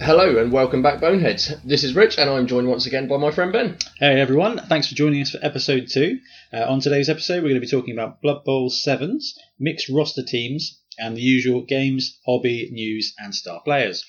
Hello and welcome back, Boneheads. This is Rich, and I'm joined once again by my friend Ben. Hey everyone, thanks for joining us for episode two. Uh, on today's episode, we're going to be talking about Blood Bowl 7s, mixed roster teams, and the usual games, hobby, news, and star players.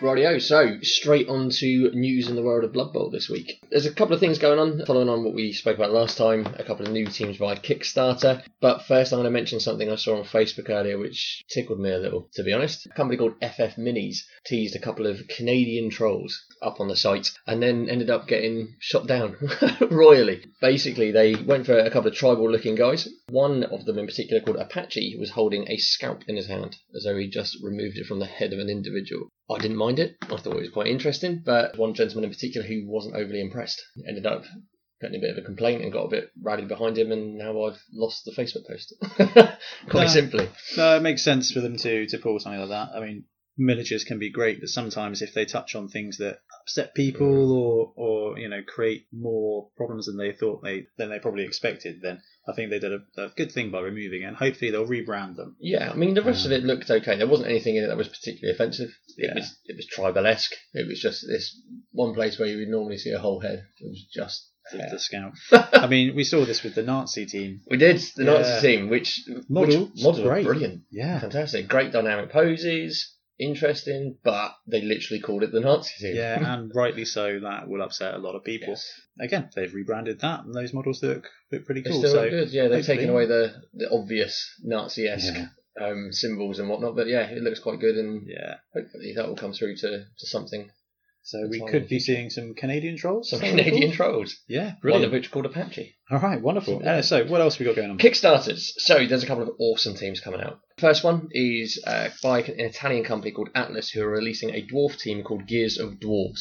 Rightio, so straight on to news in the world of Blood Bowl this week. There's a couple of things going on, following on what we spoke about last time, a couple of new teams via Kickstarter. But first, I'm going to mention something I saw on Facebook earlier which tickled me a little, to be honest. A company called FF Minis teased a couple of Canadian trolls up on the site and then ended up getting shot down royally. Basically, they went for a couple of tribal looking guys. One of them, in particular, called Apache, was holding a scalp in his hand as though he just removed it from the head of an individual. I didn't mind it. I thought it was quite interesting, but one gentleman in particular who wasn't overly impressed ended up putting a bit of a complaint and got a bit rallied behind him, and now I've lost the Facebook post. quite Yeah. simply. So it makes sense for them to, to pull something like that. I mean, miniatures can be great, but sometimes if they touch on things that upset people or, or you know create more problems than they thought they than they probably expected, then I think they did a, a good thing by removing it. And hopefully they'll rebrand them. Yeah, I mean the rest of it looked okay. There wasn't anything in it that was particularly offensive. It Yeah. was it was tribal-esque. It was just this one place where you would normally see a whole head. It was just The, hair. the scout. I mean, we saw this with the Nazi team. We did the Yeah. Nazi team, which Model, which model great. brilliant, Yeah. fantastic, great dynamic poses, interesting, but they literally called it the Nazi team. Yeah, and rightly so. That will upset a lot of people. Yes. Again, they've rebranded that, and those models look look pretty They cool. still So look good. Yeah, they've hopefully- taken away the, the obvious Nazi-esque um, symbols and whatnot, but yeah, it looks quite good, and yeah, hopefully that will come through to, to something. so That's we all I could be think. seeing some Canadian trolls. Some That'd be Canadian cool. trolls, Yeah, one of brilliant. which called Apache. All right, wonderful. Uh, so what else we got going on? Kickstarters. So there's a couple of awesome teams coming out. First one is uh, by an Italian company called Atlas, who are releasing a dwarf team called Gears of Dwarves.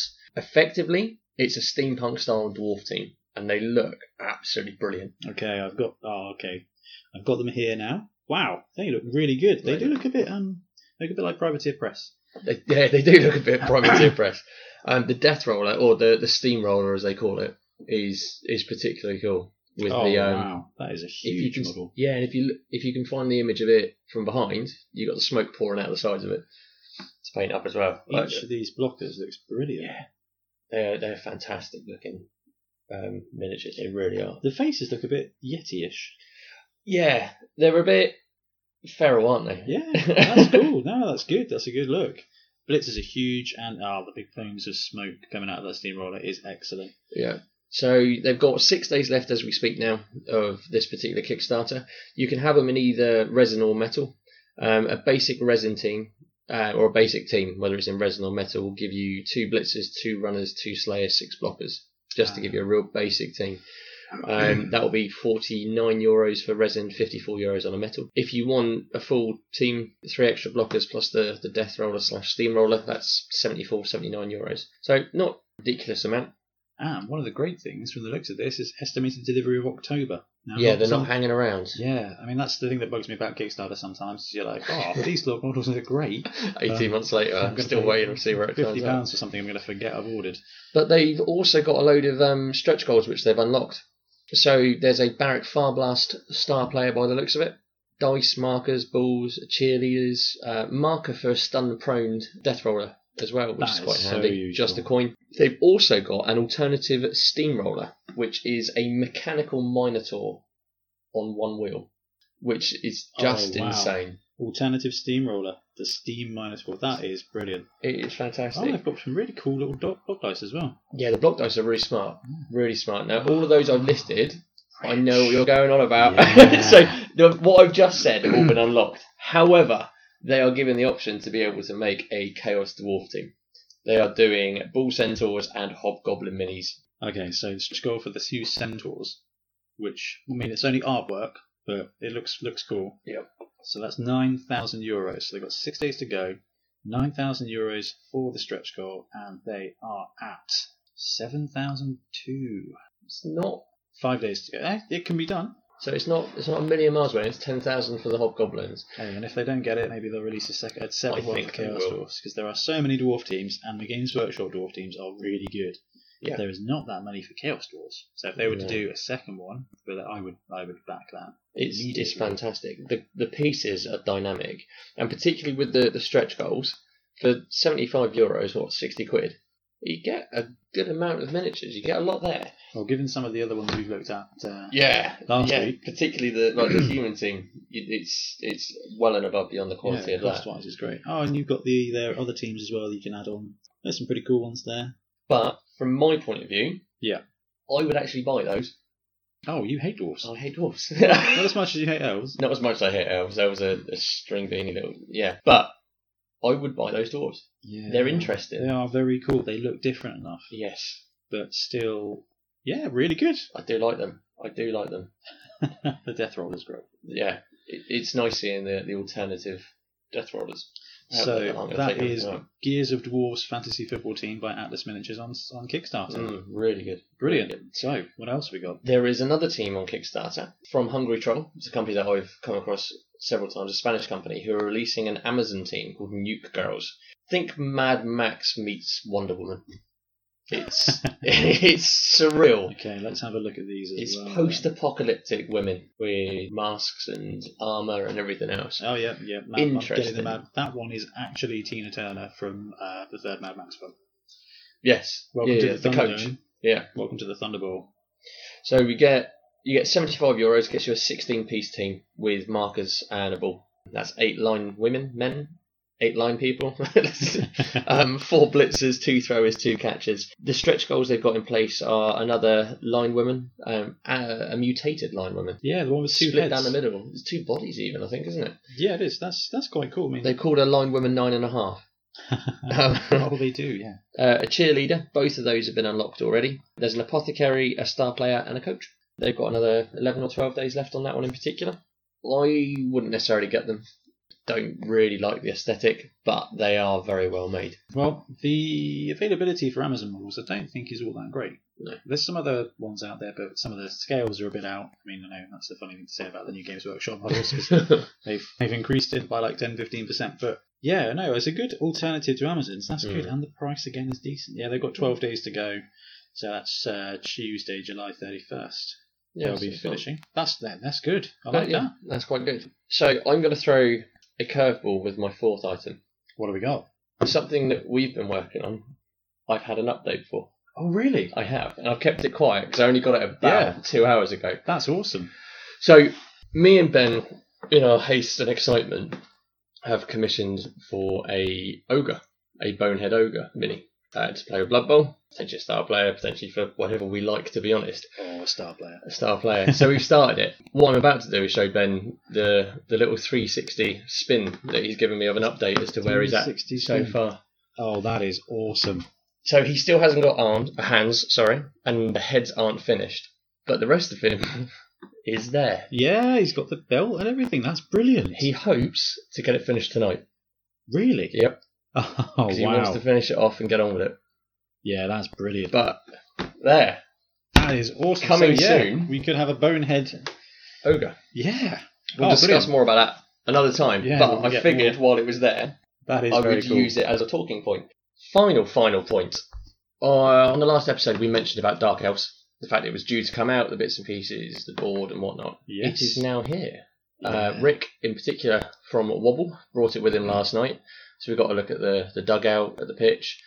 Effectively, it's a steampunk style dwarf team, and they look absolutely brilliant. Okay, I've got. Oh, okay, I've got them here now. Wow, they look really good. They Right. do look a bit um, they look a bit like Privateer Press. They, yeah, they do look a bit primitive press. Um, the death roller, or the the steam roller as they call it, is is particularly cool. With oh the um, wow, that is a if you huge can, model. yeah, and if you look- if you can find the image of it from behind, you have got the smoke pouring out the sides of it to paint up as well. Like, Each of these blockers looks brilliant. Yeah. They're they're fantastic looking um, miniatures. They really are. The faces look a bit Yeti-ish. Yeah, they're a bit feral, aren't they? Yeah, that's cool. No, that's good. That's a good look. Blitzers are huge, and ah, the big plumes of smoke coming out of that steamroller is excellent. Yeah. So they've got six days left as we speak now of this particular Kickstarter. You can have them in either resin or metal. Um, a basic resin team uh, or a basic team, whether it's in resin or metal, will give you two blitzers, two runners, two slayers, six blockers, just to give you a real basic team. Um, that will be 49 euros for resin, 54 euros on a metal. If you want a full team, three extra blockers plus the, the death roller slash steamroller, that's 74, 79 euros. So not ridiculous amount. And one of the great things from the looks of this is estimated delivery of October. Now, yeah, they're some- not hanging around. Yeah, I mean that's the thing that bugs me about Kickstarter. Sometimes is you're like, oh, these look models are great. 18 months later, I'm gonna still pay waiting to see where it Fifty turns out. pounds for something I'm going to forget I've ordered. But they've also got a load of um, stretch goals which they've unlocked. So there's a Barrack Farblast star player by the looks of it. Dice markers, balls, cheerleaders, uh, marker for a stun prone death roller as well, which That is quite is so handy. useful. Just a coin. They've also got an alternative steamroller, which is a mechanical minotaur on one wheel, which is Oh, just wow. insane. Alternative steamroller, the steam minus four. That is brilliant. It is fantastic. Oh, they've got some really cool little dot block dice as well. Yeah, the block dice are really smart. Really smart. Now, all of those I've listed, I know what you're going on about. Yeah. so, the, what I've just said have all been unlocked. However, they are given the option to be able to make a Chaos Dwarf team. They are doing Bull Centaurs and Hobgoblin Minis. Okay, so just go for the Sioux Centaurs, which I mean it's only artwork, but it looks looks cool. Yep. So that's nine thousand euros. So they've got six days to go. Nine thousand euros for the stretch goal, and they are at seven thousand two. It's not. Five days to go. Eh, it can be done. So it's not. It's not a million miles away. It's ten thousand for the Hobgoblins. Hey, and if they don't get it, maybe they'll release a second, a I separate one think for they Chaos will. Dwarfs because there are so many dwarf teams, and the Games Workshop dwarf teams are really good. Yeah. There is not that money for Chaos Dwarves. So if they were No. to do a second one, but I would I would back that. It's it's Immediately. fantastic. The the pieces are dynamic, and particularly with the, the stretch goals for seventy five euros, what sixty quid, you get a good amount of miniatures. You get a lot there. Well, given some of the other ones we've looked at, uh, Yeah, Last yeah. week. Particularly the like the human team, It- it's it's well and above beyond the quality of that. cost wise is great. Oh, and you've got the their other teams as well that you can add on. There's some pretty cool ones there. But from my point of view, Yeah. I would actually buy those. Oh, you hate dwarves. I hate dwarfs. Not as much as you hate elves. Not as much as I hate elves. That was a, a string beanie little yeah. But I would buy those dwarves. Yeah. They're interesting. They are very cool. They look different enough, Yes, but still, yeah, really good. I do like them. I do like them. the death roll is great. Yeah, it, it's nice seeing the, the alternative death rollers. How- how So long it'll that take them to is come up. Gears of Dwarves Fantasy Football Team by Atlas Miniatures on on Kickstarter. Mm, really good. Brilliant. So what else have we got? There is another team on Kickstarter from Hungry Troll. It's a company that I've come across several times, a Spanish company, who are releasing an Amazon team called Nuke Girls. Think Mad Max meets Wonder Woman. It's it's surreal. Okay, let's have a look at these. As It's well. post-apocalyptic women with masks and armor and everything else. Oh yeah, yeah. Mad, I'm getting Interesting. the Mad, that one is actually Tina Turner from uh, the third Mad Max film. Yes, Welcome Yeah, to yeah, the, the coach. Thunderdome. Yeah. Welcome to the Thunderball. So we get you get seventy five euros, gets you a sixteen piece team with markers and a ball. That's eight line women, men, eight line people. um, four blitzers, two throwers, two catches. The stretch goals they've got in place are another line woman, um, a, a mutated line woman. yeah, the one with two Split heads. down the middle. It's two bodies even, I think, isn't it? Yeah, it is. That's that's quite cool. I mean, They called her line woman nine and a half. Um, oh, they do. Yeah. uh, a cheerleader. Both of those have been unlocked already. There's an apothecary, a star player, and a coach. They've got another 11 or 12 days left on that one in particular. I wouldn't necessarily get them. Don't really like the aesthetic, but they are very well made. Well, the availability for Amazon models, I don't think, is all that great. No. There's some other ones out there, but some of the scales are a bit out. I mean, I know that's the funny thing to say about the new Games Workshop models. 'cause they've they've increased it by like 10 15%. But yeah, no, it's a good alternative to Amazon's. That's good. Mm. And the price again is decent. Yeah, they've got 12 days to go. So that's uh, Tuesday, July 31st. yeah, They'll be so it's not- finishing. That's that, That's good. I that- like yeah, that. That's quite good. So I'm going to throw a curveball with my fourth item. What have we got? Something that we've been working on, I've had an update for. Oh, really? I have, and I've kept it quiet because I only got it about Yeah. two hours ago. That's awesome. So, me and Ben, in our haste and excitement, have commissioned for a ogre, a bonehead ogre mini, uh, to play with Blood Bowl. Potentially a star player, potentially for whatever we like. To be honest, Oh, a star player. a star player. so we've started it. What I'm about to do is show Ben the the little 360 spin that he's given me of an update as to where he's at 360 so spin. far. Oh, that is awesome. So he still hasn't got arms, hands, sorry, and the heads aren't finished, but the rest of him is there. Yeah, he's got the belt and everything. That's brilliant. He hopes to get it finished tonight. really? Yep. Oh because he wants wow. to finish it off and get on with it. Yeah, that's brilliant. But there, That is awesome. Coming So, yeah, soon. We could have a bonehead. ogre. Yeah. We'll Oh, discuss brilliant. more about that another time. Yeah, but we'll I get figured while it was there, That is I very would cool. use it as a talking point. Final, final point. Uh, on the last episode, we mentioned about Dark Elves, the fact it was due to come out, the bits and pieces, the board and whatnot. Yes. It is now here. Uh, Yeah. Rick, in particular, from Wobble, brought it with him last night. So we got a look at the, the dugout, at the pitch,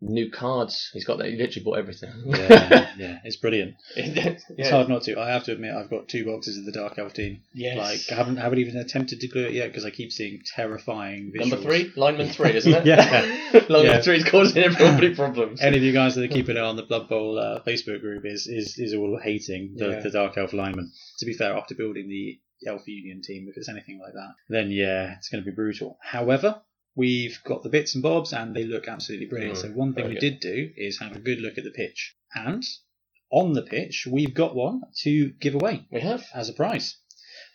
new cards. He's got that. He literally bought everything. yeah, yeah, it's brilliant. it's It's hard not to. I have to admit, I've got two boxes of the Dark Elf team. Like, I haven't haven't even attempted to glue it yet because I keep seeing terrifying visuals. Number three, lineman three, isn't it? Yeah. lineman Yeah. three is causing everybody problems. Any of you guys that are keeping it on the Blood Bowl uh, Facebook group is, is, is all hating the, Yeah. the Dark Elf lineman. To be fair, after building the Elf Union team, if it's anything like that, then yeah, it's going to be brutal. However, we've got the bits and bobs and they look absolutely brilliant. Mm, so, one thing very we good. did do is have a good look at the pitch. And on the pitch, we've got one to give away we have. as a prize.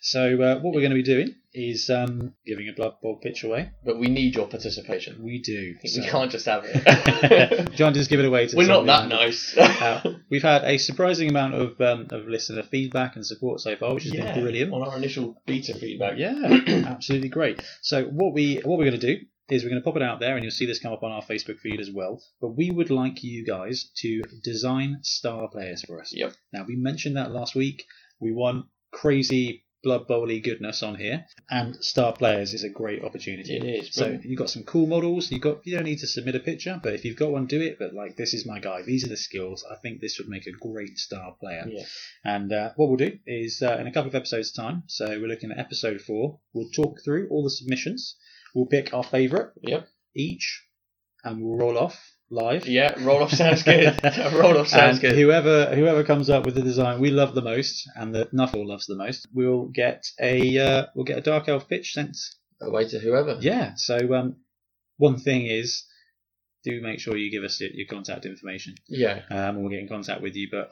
So, uh, what we're going to be doing is um, giving a Blood Bowl pitch away. But we need your participation. We do. So. We can't just have it. John, just give it away to We're not somebody. that nice. Uh, we've had a surprising amount of um, of listener feedback and support so far, which has been brilliant. On our initial beta feedback. Yeah, absolutely great. So what we what we're going to do is we're going to pop it out there and you'll see this come up on our Facebook feed as well. But we would like you guys to design star players for us. Yep. Now, we mentioned that last week. We want crazy Blood Bowly goodness on here, and star players is a great opportunity. It is, So brilliant. you've got some cool models. You got you don't need to submit a picture, but if you've got one, do it. But like this is my guy. These are the skills. I think this would make a great star player. Yeah. And uh, what we'll do is uh, in a couple of episodes' time, so we're looking at episode four, we'll talk through all the submissions. We'll pick our favourite Yep. each, and we'll roll off live. Yeah, roll off sounds good. roll off sounds and good. Whoever whoever comes up with the design we love the most, and that Nuffle loves the most, we'll get a uh, we'll get a dark elf pitch sent. Away to whoever. Yeah. So um, one thing is, do make sure you give us your, your contact information Yeah. um, and we'll get in contact with you. But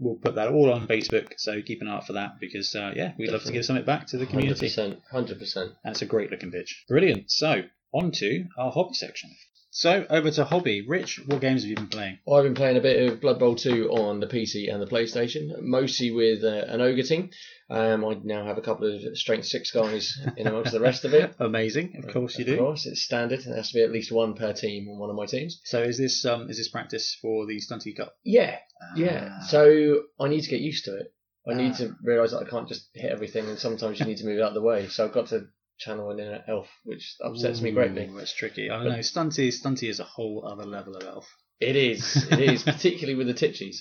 we'll put that all on Facebook, so keep an eye out for that because uh, yeah, we'd love to Definitely. give something back to the community. 100%. 100%. That's a great looking pitch. Brilliant. So on to our hobby section. So over to hobby. Rich, what games have you been playing? Well, I've been playing a bit of Blood Bowl 2 on the PC and the PlayStation, mostly with uh, an Ogre team. Um, I now have a couple of Strength 6 guys in amongst the rest of it. Amazing. Of course you Of do. course, it's standard. There has to be at least one per team on one of my teams. So is this um, is this practice for the Stunty Cup? Yeah, yeah. Ah, So I need to get used to it. I need Ah. to realise that I can't just hit everything, and sometimes you need to move out of the way. So I've got to channel an inner elf, which upsets me ooh, greatly. That's tricky. I don't know. Stunty, Stunty is a whole other level of elf. It is, it is, particularly with the titchies.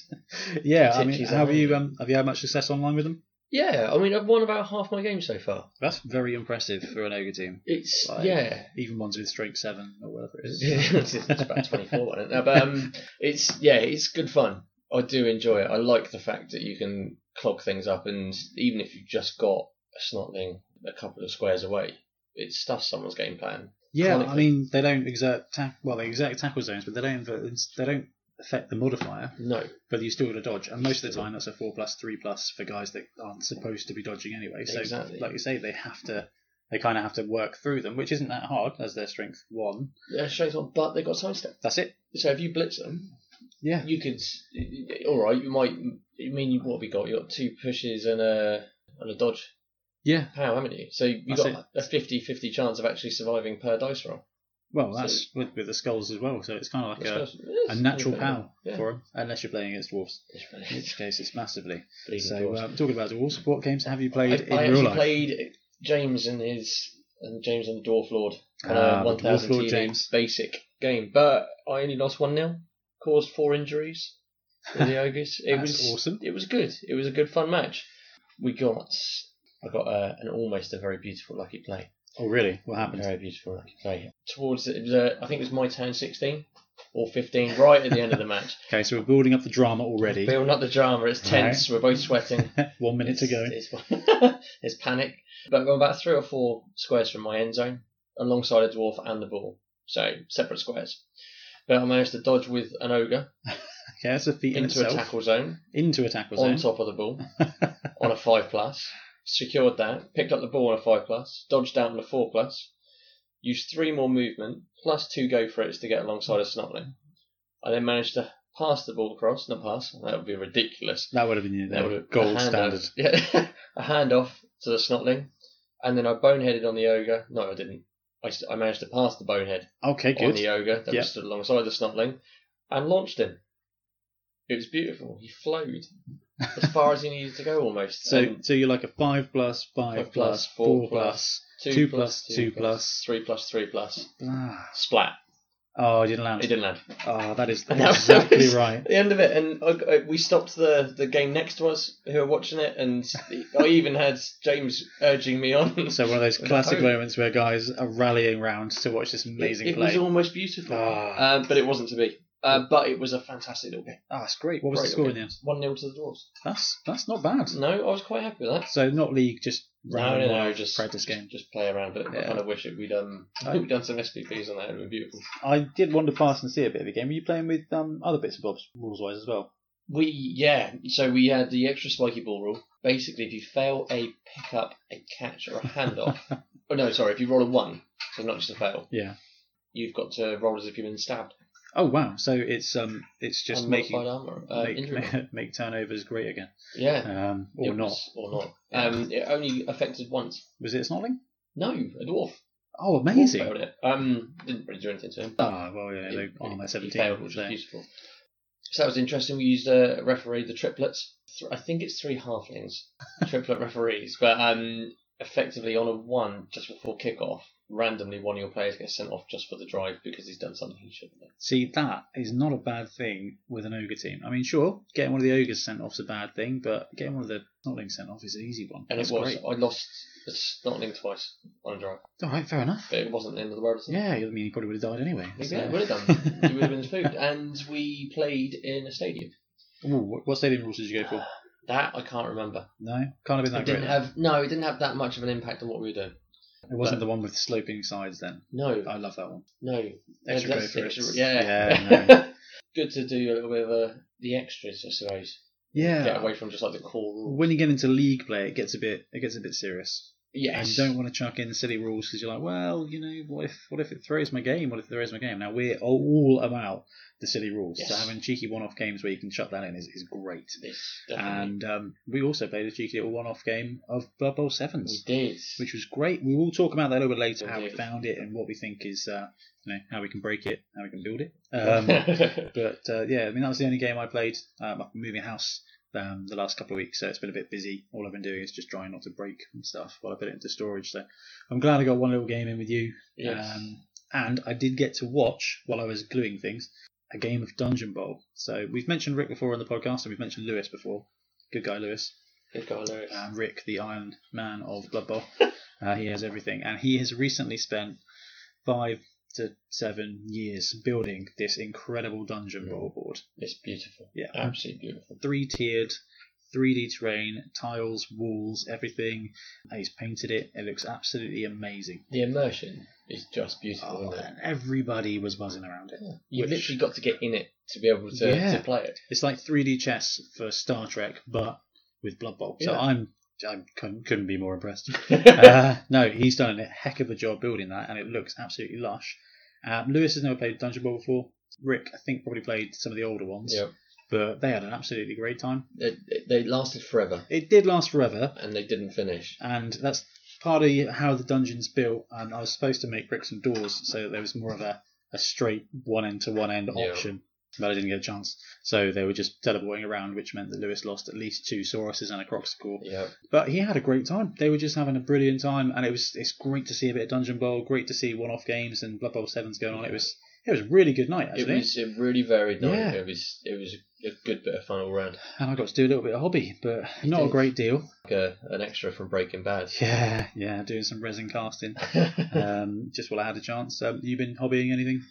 Yeah. I mean, Titchies have are you um, have you had much success online with them? Yeah, I mean, I've won about half my games so far. That's very impressive for an ogre team. It's Like, yeah, Even ones with strength seven or whatever it it's is. about 24, I don't know. But um, it's, yeah, it's good fun. I do enjoy it. I like the fact that you can clog things up, and even if you've just got a snotling a couple of squares away, it stuffs someone's game plan. yeah, I Chronically. mean they don't exert tack. Well, they exert tackle zones, but they don't. They don't affect the modifier. No. But you still got to dodge, and most of the time that's a four plus three plus for guys that aren't supposed to be dodging anyway. So, Exactly. like you say, they have to. They kind of have to work through them, which isn't that hard as their strength one. Yeah, straight on, but they've got sidestep. That's it. So if you blitz them, Yeah. you could. All right, you might. I mean, you what have you got? You got two pushes and a and a dodge Yeah. power, haven't you? So you That's got a 50-50 chance of actually surviving per dice roll. Well, So- that's with, with the skulls as well. So it's kind of like a, That's- a natural power Yeah. for them, unless you're playing against dwarves, in which case it's massively. Bleeding So, dwarves. uh, talking about dwarves, what games have you played I, in I real actually life? played James and his and James and the Dwarf Lord on Ah, a the 1000 Dwarf Lord TV James. basic game, but I only lost one 0 caused four injuries in the ogres. It That's was awesome. It was good. It was a good fun match. We got I got uh, an almost a very beautiful lucky play. Oh, really? What happened? Very beautiful lucky play. Towards it was uh, I think it was my turn sixteen or fifteen, right at the end of the match. Okay, so we're building up the drama already. Building up the drama. It's tense. We're both sweating. One minute to go. It's, it's, it's panic. But we're about three or four squares from my end zone, alongside a dwarf and the ball. So separate squares. But I managed to dodge with an ogre Okay, that's a feat in into a itself. tackle zone, Into a tackle on zone. top of the ball, on a five plus. Secured that, picked up the ball on a five plus, dodged down on a four plus, used three more movement, plus two go for it to get alongside a snottling. I then managed to pass the ball across, not pass, that would be ridiculous. That would have been That your would've- gold a standard. Off, yeah, a handoff to the snotling, and then I boneheaded on the ogre. No, I didn't. I, s- I managed to pass the bonehead Okay, on good. the ogre that Yep. was stood alongside the snotling, and launched him. It was beautiful. He flowed as far as he needed to go, almost. So, And so you're like a five plus, five, um, Five plus, plus, four four plus. two plus, two plus. three plus three plus Ah. splat. Oh, you didn't It land. didn't land. Oh, that is And that exactly was- right. The end of it, and I, I, we stopped the, the game next to us who were watching it, and I even had James urging me on. So one of those classic Oh. moments where guys are rallying round to watch this amazing it, it play. was almost beautiful, Ah. Um, but it wasn't to be. Uh, but it was a fantastic little game. Oh, that's great. What was the Great score in little the game. end? One 0 to the Dwarves. That's that's not bad. No, I was quite happy with that. So not league, just No, round no, no, wide just practice game. Just play around. But Yeah. I kind of wish it, we'd um I- we'd done some SPPs on that. It would be beautiful. I did wander past and see a bit of the game. Were you playing with um, other bits and bobs rules wise as well? We yeah. So we had the extra spiky ball rule. Basically, if you fail a pickup, a catch, or a handoff. oh no, sorry. If you roll a one, so not just a fail. Yeah. You've got to roll as if you've been stabbed. Oh wow! So it's um, it's just Unmodified making armor, uh, make, injury. make turnovers great again, Yeah. um, or It not? was- or not. Um, it only affected once. Was it snarling? No, a dwarf. Oh, Thought amazing! About it. Um, didn't really do anything to him. Ah, well, yeah, they He- on my he seventeen. failed, which was so- beautiful. So that was interesting. We used a referee, the triplets. Th- I think it's three halflings, triplet referees. But um, effectively, on a one just before kickoff, randomly one of your players gets sent off just for the drive because he's done something he shouldn't have. See, that is not a bad thing with an ogre team. I mean, sure, getting one of the ogres sent off's a bad thing, but getting one of the snotlings sent off is an easy one. And That's it was. great. I lost the Snotling twice on a drive, All right, fair enough. but it wasn't the end of the world. at all. Yeah, I mean, he probably would have died anyway. so- Yeah, it would have done. you would have been food. And we played in a stadium. Ooh, what- what stadium rules did you go for? That I can't remember. No, can't have been that it didn't great. have no, it didn't have that much of an impact on what we were doing. it wasn't the one with sloping sides then. No, I love that one. no. Oh. Extra that's- go for it. extra- yeah. Yeah, no. Good to do a little bit of uh the extras, I suppose. yeah. Get away from just like the core rule. When you get into league play, it gets a bit it gets a bit serious. And Yes. you don't want to chuck in silly rules because you're like, well, you know, what if what if it throws my game? What if it throws my game? Now we're all about the silly rules, so Yes. having cheeky one-off games where you can chuck that in is, is great. Yes, definitely. And um, we also played a cheeky little one-off game of Blood Bowl Sevens, we did. which was great. We will talk about that a little bit later, how we Indeed. found it and what we think is, uh, you know, how we can break it, how we can build it. Um, But uh, yeah, I mean that was the only game I played. Um, I've been moving house um, the last couple of weeks, so it's been a bit busy. All I've been doing is just trying not to break and stuff while I put it into storage. So I'm glad I got one little game in with you. yes. Um, and I did get to watch while I was gluing things a game of Dungeon Bowl. So we've mentioned Rick before on the podcast, and we've mentioned Lewis before. Good guy, Lewis. Good guy, Lewis. Um, Rick, the Iron Man of Blood Bowl. uh, he has everything, and he has recently spent five to seven years building this incredible Dungeon Bowl board. it's beautiful. Yeah. Absolutely beautiful. Uh, Three tiered, 3D terrain, tiles, walls, everything. And he's painted it. It looks absolutely amazing. The immersion is just beautiful, Oh, isn't it? and everybody was buzzing around it. You've Oh, which- literally got to get in it to be able to, Yeah. to play it. It's like 3D chess for Star Trek, but with Blood Bowl. So Yeah. I'm, I couldn't couldn't be more impressed. uh, no, he's done a heck of a job building that, and it looks absolutely lush. Uh, Lewis has never played Dungeon Ball before. Rick, I think, probably played some of the older ones, yeah. but they had an absolutely great time. They, they lasted forever It did last forever, and they didn't finish. and that's part of how the dungeon's built. And I was supposed to make bricks and doors so that there was more of a, a straight one end to one end Yeah. option, but I didn't get a chance. So they were just teleporting around, which meant that Lewis lost at least two Sauruses and a Croxacore. Yeah. But he had a great time. They were just having a brilliant time, and it was it's great to see a bit of Dungeon Bowl, great to see one-off games and Blood Bowl sevens going on. It was it was a really good night It actually, was a really varied night. Yeah. It was it was a good bit of fun all round. and I got to do a little bit of hobby, but not a did. great deal. Like a, an extra from Breaking Bad. Yeah, yeah, doing some resin casting. um, just while I had a chance. Um, you been hobbying anything?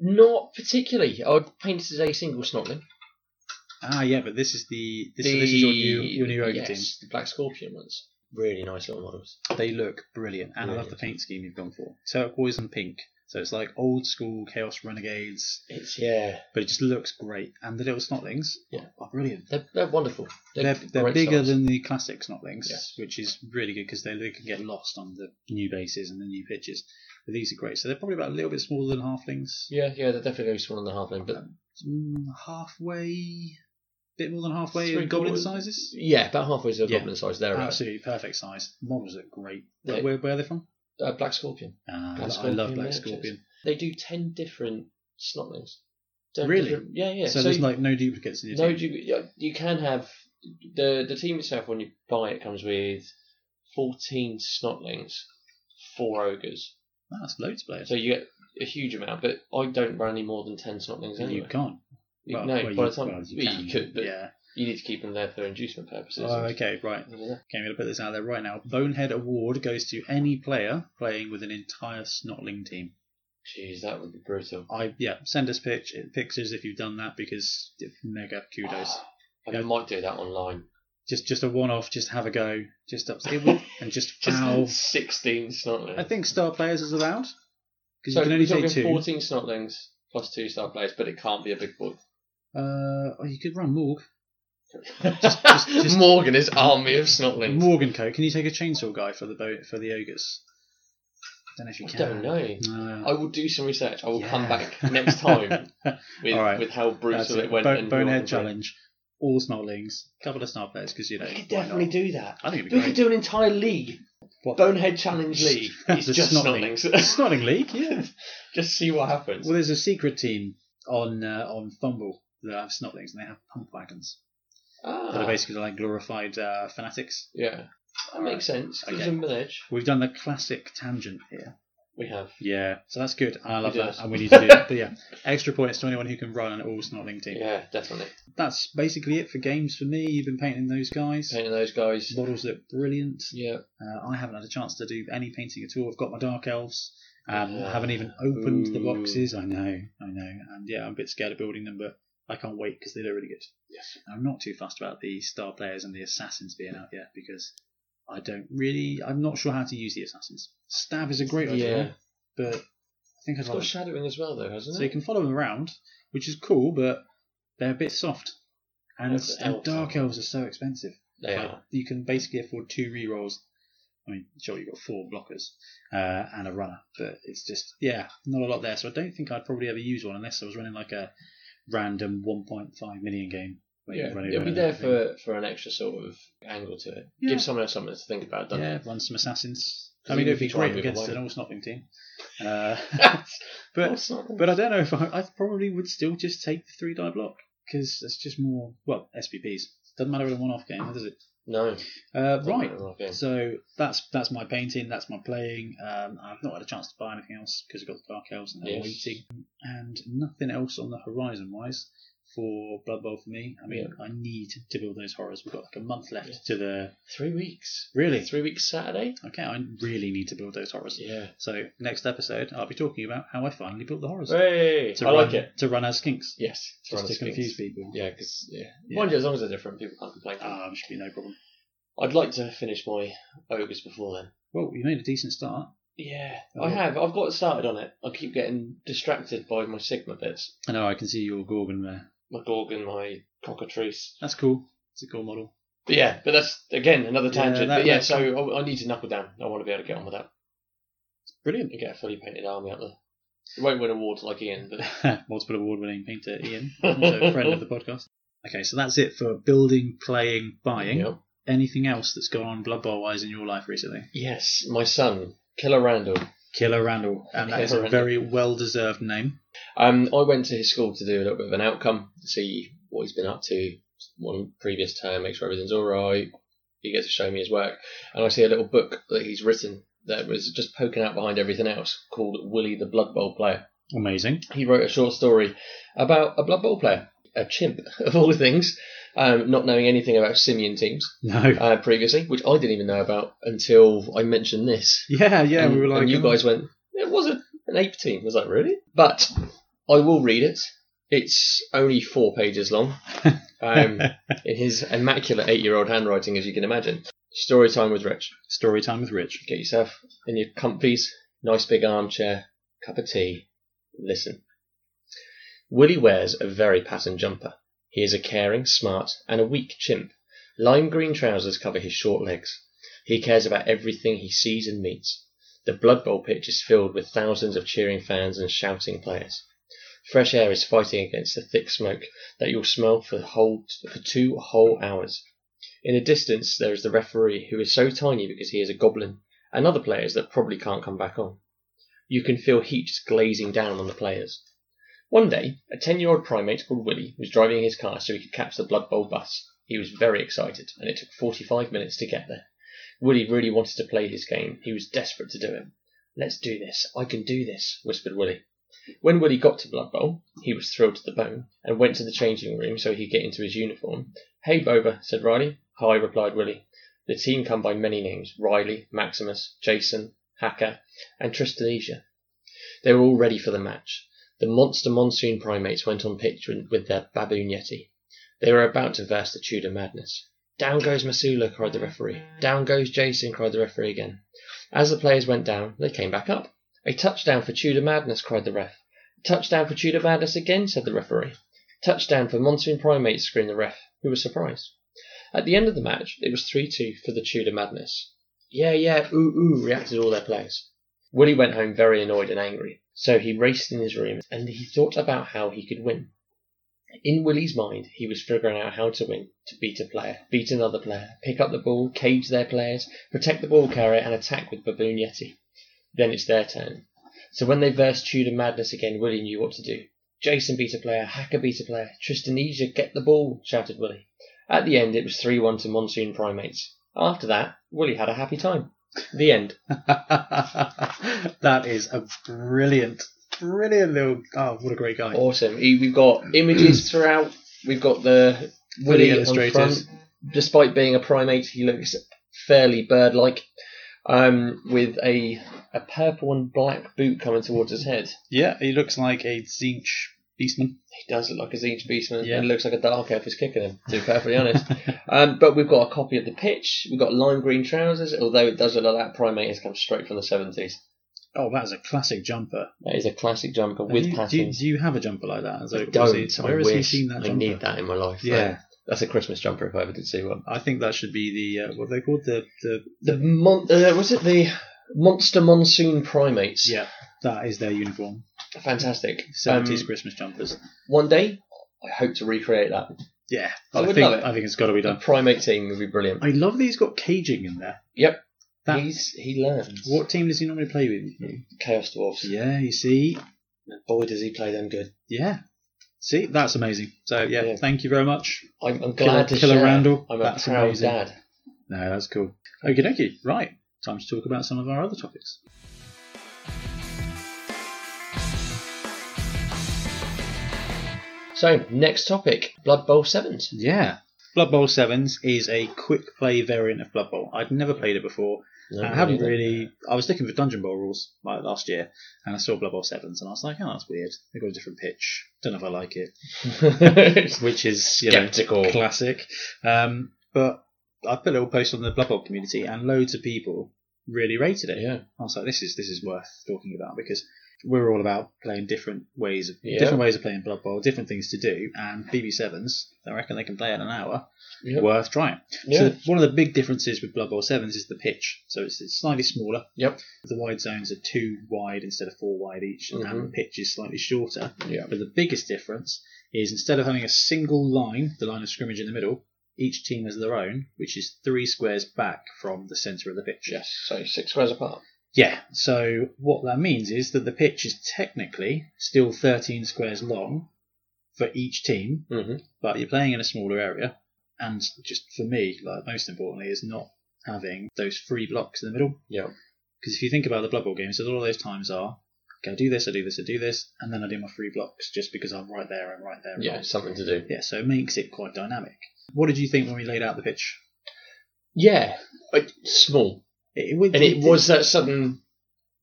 Not particularly. I painted a single snotling. Ah, yeah, but this is the this, so this is your new your new yoga yes, team. the Black Scorpion ones. Really nice little models. They look brilliant, and I love the Brilliant. paint scheme you've gone for. Turquoise and pink, so it's like old school Chaos Renegades, It's yeah, but it just looks great. And the little snotlings, Yeah. are brilliant. they're, they're wonderful. They're, they're great bigger size. than the classic snotlings, Yes. which is really good because they, they can get lost on the new bases and the new pitches. But these are great. So they're probably about a little bit smaller than halflings. Yeah, yeah, they're definitely smaller than halfling, but Mm, halfway, bit more than halfway Three in goblin quarters. sizes. yeah, about halfway to a Yeah. goblin size. They're uh, about. Absolutely perfect size. Models look great. Where, They- where, where are they from? Uh, Black Scorpion. Ah, Black I love Scorpion Black miniatures. Scorpion. They do ten different snotlings. 10 Really? different- yeah, yeah. so, there's like no duplicates in your No, team. you yeah, you can have the the team itself when you buy it comes with fourteen snotlings, four ogres. Ah, that's loads of players. So you get a huge amount, but I don't run any more than ten snotlings And you anyway. can't. You- Well, no, well, by you- the time well, well, can, you could, but yeah. you need to keep them there for inducement purposes. Oh, okay, right. Yeah. Okay, I'm going to put this out there right now. Bonehead Award goes to any player playing with an entire Snotling team. Jeez, that would be brutal. I yeah, send us pitch, uh, pictures if you've done that because if- mega kudos. I Yeah. might do that online. just just a one off, just have a go, just up it will- and just Just foul. sixteen snotlings. I think star players is allowed because so you can only we're take talking two. fourteen snotlings plus two star players, but it can't be a big board. Uh, oh, you could run Morg. just, just- Morgan is army of snotlings. Morgan Co. Can you take a chainsaw guy for the boat for the ogres? don't know if you I can. Uh, don't know. No. I will do some research. I will come Yeah. back next time with, All right. with how That's brutal it. it went. Bone- and bonehead who I can challenge. All snotlings. Couple of snarl players because you know. bring. We could why definitely not? do that. I think it'd be We could great. do an entire league. What? Bonehead Challenge League. It's The just Snotling- Snotlings. Snotling League, yeah. just see what happens. Well, there's a secret team on uh, on Fumble that have Snotlings, and they have pump wagons that are Ah, basically like glorified uh, fanatics. yeah. That makes sense. Gives Okay. them an edge. We've done the classic tangent here. We have. Yeah, so that's good. I love It that, does. and we need to do it. But yeah, extra points to anyone who can run an all Snotling team. Yeah, definitely. That's basically it for games for me. You've been painting those guys. Painting those guys. Models look brilliant. Yeah. Uh, I haven't had a chance to do any painting at all. I've got my dark elves. Um, I Yeah. haven't even opened the Ooh. boxes. I know, I know, and yeah, I'm a bit scared of building them, but I can't wait because they look really good. Yes. I'm not too fussed about the star players and the assassins being out yet because I don't really. I'm not sure how to use the assassins. Stab is a great idea, Yeah. but I think I'd It's got like. shadowing as well, though, hasn't it? So you can follow them around, which is cool, but they're a bit soft. And, That's the and elf, dark though. elves are so expensive. They Like, are. You can basically afford two rerolls. I mean, sure, you've got four blockers uh, and a runner, but it's just, yeah, not a lot there. So I don't think I'd probably ever use one unless I was running like a random 1.5 million game. where you Yeah, run it'll over be there everything. for, for an extra sort of angle to it. Yeah. Give someone else something to think about, doesn't Yeah, run some assassins. I Because mean, even it would if be you try great and move against away- an all snopping team. Uh, it? but That's not- But I don't know if I, I probably would still just take the three die block because that's just more well SPPs. Doesn't matter in a one off game, does it? no. Uh, Doesn't right. matter, okay. So that's that's my painting. That's my playing. Um, I've not had a chance to buy anything else because I've got the Dark Elves and they're Yes. waiting, and nothing else on the horizon wise for Blood Bowl for me. I mean, I need to build those horrors. We've got like a month left to the Three weeks. really Three weeks Saturday? okay. I really need to build those horrors. Yeah. So next episode, I'll be talking about how I finally built the horrors. Hey! To I run, like it. to run as skinks Yes. it's just run to as skills. confuse people. Yeah, because, yeah. Ah. Yeah. Mind you, as long as they're different, people can't complain. Um, should be no problem. I'd like to finish my ogres before then. Well, you made a decent start. Yeah, Oh. I have. I've got started on it. I keep getting distracted by my Sigma bits. I know I can see your Gorgon there. My Gorgon, my Cockatrice. That's cool. It's a cool model. But yeah, but that's, again, another Yeah, tangent. that- but yeah, that's- so I, I need to knuckle down. I want to be able to get on with that Brilliant. and get a fully painted army out there. It won't win awards like Ian, but Multiple award-winning painter Ian, also a friend of the podcast. Okay, so that's it for building, playing, buying. Yeah. Anything else that's gone on Blood Bowl wise in your life recently? Yes, my son, Killer Randall. Killer Randall, and that is Killer a Randall. very well-deserved name. Um, I went to his school to do a little bit of an outcome, see what he's been up to one previous term, make sure everything's all right. He gets to show me his work, and I see a little book that he's written that was just poking out behind everything else called Willie the Blood Bowl Player. Amazing. He wrote a short story about a Blood Bowl player, a chimp of all things, um, not knowing anything about simian teams No. uh, previously, which I didn't even know about until I mentioned this Yeah, yeah. and, we were and like, you oh, guys went, it was a, an ape team. I was like, really? But I will read it. It's only four pages long. Um, in his immaculate eight-year-old handwriting, as you can imagine. Story time with Rich. Story time with Rich. Get yourself in your comfies, nice big armchair, cup of tea. Listen. Willie wears a very patterned jumper. He is a caring, smart, and a weak chimp. Lime green trousers cover his short legs. He cares about everything he sees and meets. The Blood Bowl pitch is filled with thousands of cheering fans and shouting players. Fresh air is fighting against the thick smoke that you'll smell for, whole, for two whole hours. In the distance, there is the referee, who is so tiny because he is a goblin, and other players that probably can't come back on. You can feel heat just glazing down on the players. One day, a 10 year old primate called Willie was driving his car so he could catch the Blood Bowl bus. He was very excited, and it took 45 minutes to get there. Willie really wanted to play his game. He was desperate to do it. Let's do this. I can do this, whispered Willie. When Willie got to Blood Bowl, he was thrilled to the bone and went to the changing room so he'd get into his uniform. Hey, Boba, said Riley. Hi, replied Willie. The team come by many names Riley, Maximus, Jason, Hacker, and Tristanesia. They were all ready for the match. The monster monsoon primates went on pitch with with their baboon yeti. They were about to verse the Tudor madness. Down goes Masula, cried the referee. Down goes Jason, cried the referee again. As the players went down, they came back up. A touchdown for Tudor madness, cried the ref. Touchdown for Tudor madness again, said the referee. Touchdown for monsoon primates, screamed the ref, who was surprised. At the end of the match, it was 3 2 for the Tudor Madness. Yeah, yeah, ooh, ooh, reacted all their players. Willie went home very annoyed and angry, so he raced in his room and he thought about how he could win. In Willie's mind, he was figuring out how to win, to beat a player, beat another player, pick up the ball, cage their players, protect the ball carrier, and attack with Baboon Yeti. Then it's their turn. So when they versed Tudor Madness again, Willie knew what to do. Jason beat a player, Hacker beat a player, Tristanesia, get the ball, shouted Willie. At the end, it was 3 1 to Monsoon Primates. After that, Willie had a happy time. The end. that is a brilliant, brilliant little. Oh, what a great guy! Awesome. E- We've got images throughout. We've got the Willie Willie on illustrated. front. Despite being a primate, he looks fairly bird-like, um, with a a purple and black boot coming towards his head. Yeah, he looks like a Zinch beastman. He does look like a Zinch Beastman, Yeah. and looks like a Dark Elf is kicking him, to be perfectly honest. um, but we've got a copy of the pitch, we've got lime green trousers, although it does look like that primate has come straight from the 70s. Oh, that is a classic jumper. That is a classic jumper Do with you, do, you, patterns. do you have a jumper like that? So I was don't, it- I where has wish. he seen that jumper? I need that in my life. Yeah. That's a Christmas jumper if I ever did see one. I think that should be the uh, what are they called the the The mon- uh, was it the Monster Monsoon Primates? yeah that is their uniform fantastic. seventies Um, Christmas jumpers. one day, I hope to recreate that. Yeah, I would think love it. I think it's got to be The done. primate team would be brilliant. I love that he's got caging in there. Yep. That- He's he learns what team does he normally play with? chaos dwarfs. Yeah, you see, Boy, does he play them good. yeah, see, that's amazing. So yeah, Yeah. thank you very much. I'm, I'm Killer- glad to Killer share. Randall, I'm that's a proud amazing. dad. No, that's cool. Okay, dokie. Right, time to talk about some of our other topics. So next topic: Blood Bowl sevens. Yeah. Blood Bowl Sevens is a quick play variant of Blood Bowl. I'd never played it before. No, I me haven't neither. really. I was looking for Dungeon Bowl rules like last year, and I saw Blood Bowl Sevens, and I was like, "Oh, that's weird. They got a different pitch. Don't know if I like it." Which is you know, Skeptical. classic. Um, but I put a little post on the Blood Bowl community, and loads of people really rated it. yeah. I was like, "This is this is worth talking about because." We're all about playing different ways of Yeah. different ways of playing Blood Bowl, different things to do, and BB sevens. I reckon they can play it in an hour. Yep. Worth trying. Yeah. So one of the big differences with Blood Bowl Sevens is the pitch. So it's, it's slightly smaller. Yep. The wide zones are two wide instead of four wide each, and the Mhm. pitch is slightly shorter. yeah. But the biggest difference is instead of having a single line, the line of scrimmage in the middle, each team has their own, which is three squares back from the centre of the pitch. Yes. So six squares apart. Yeah. So what that means is that the pitch is technically still 13 squares long for each team, Mm-hmm. but you're playing in a smaller area. And just for me, like most importantly, is not having those three blocks in the middle. Yeah. Because if you think about the Blood Bowl games, there's all those times are, okay, I do this, I do this, I do this, and then I do my three blocks just because I'm right there, I'm right there. I'm Yeah. right. Something to do. Yeah, so it makes it quite dynamic. What did you think when we laid out the pitch? Yeah. Uh, Small. It, it, and it was that sudden.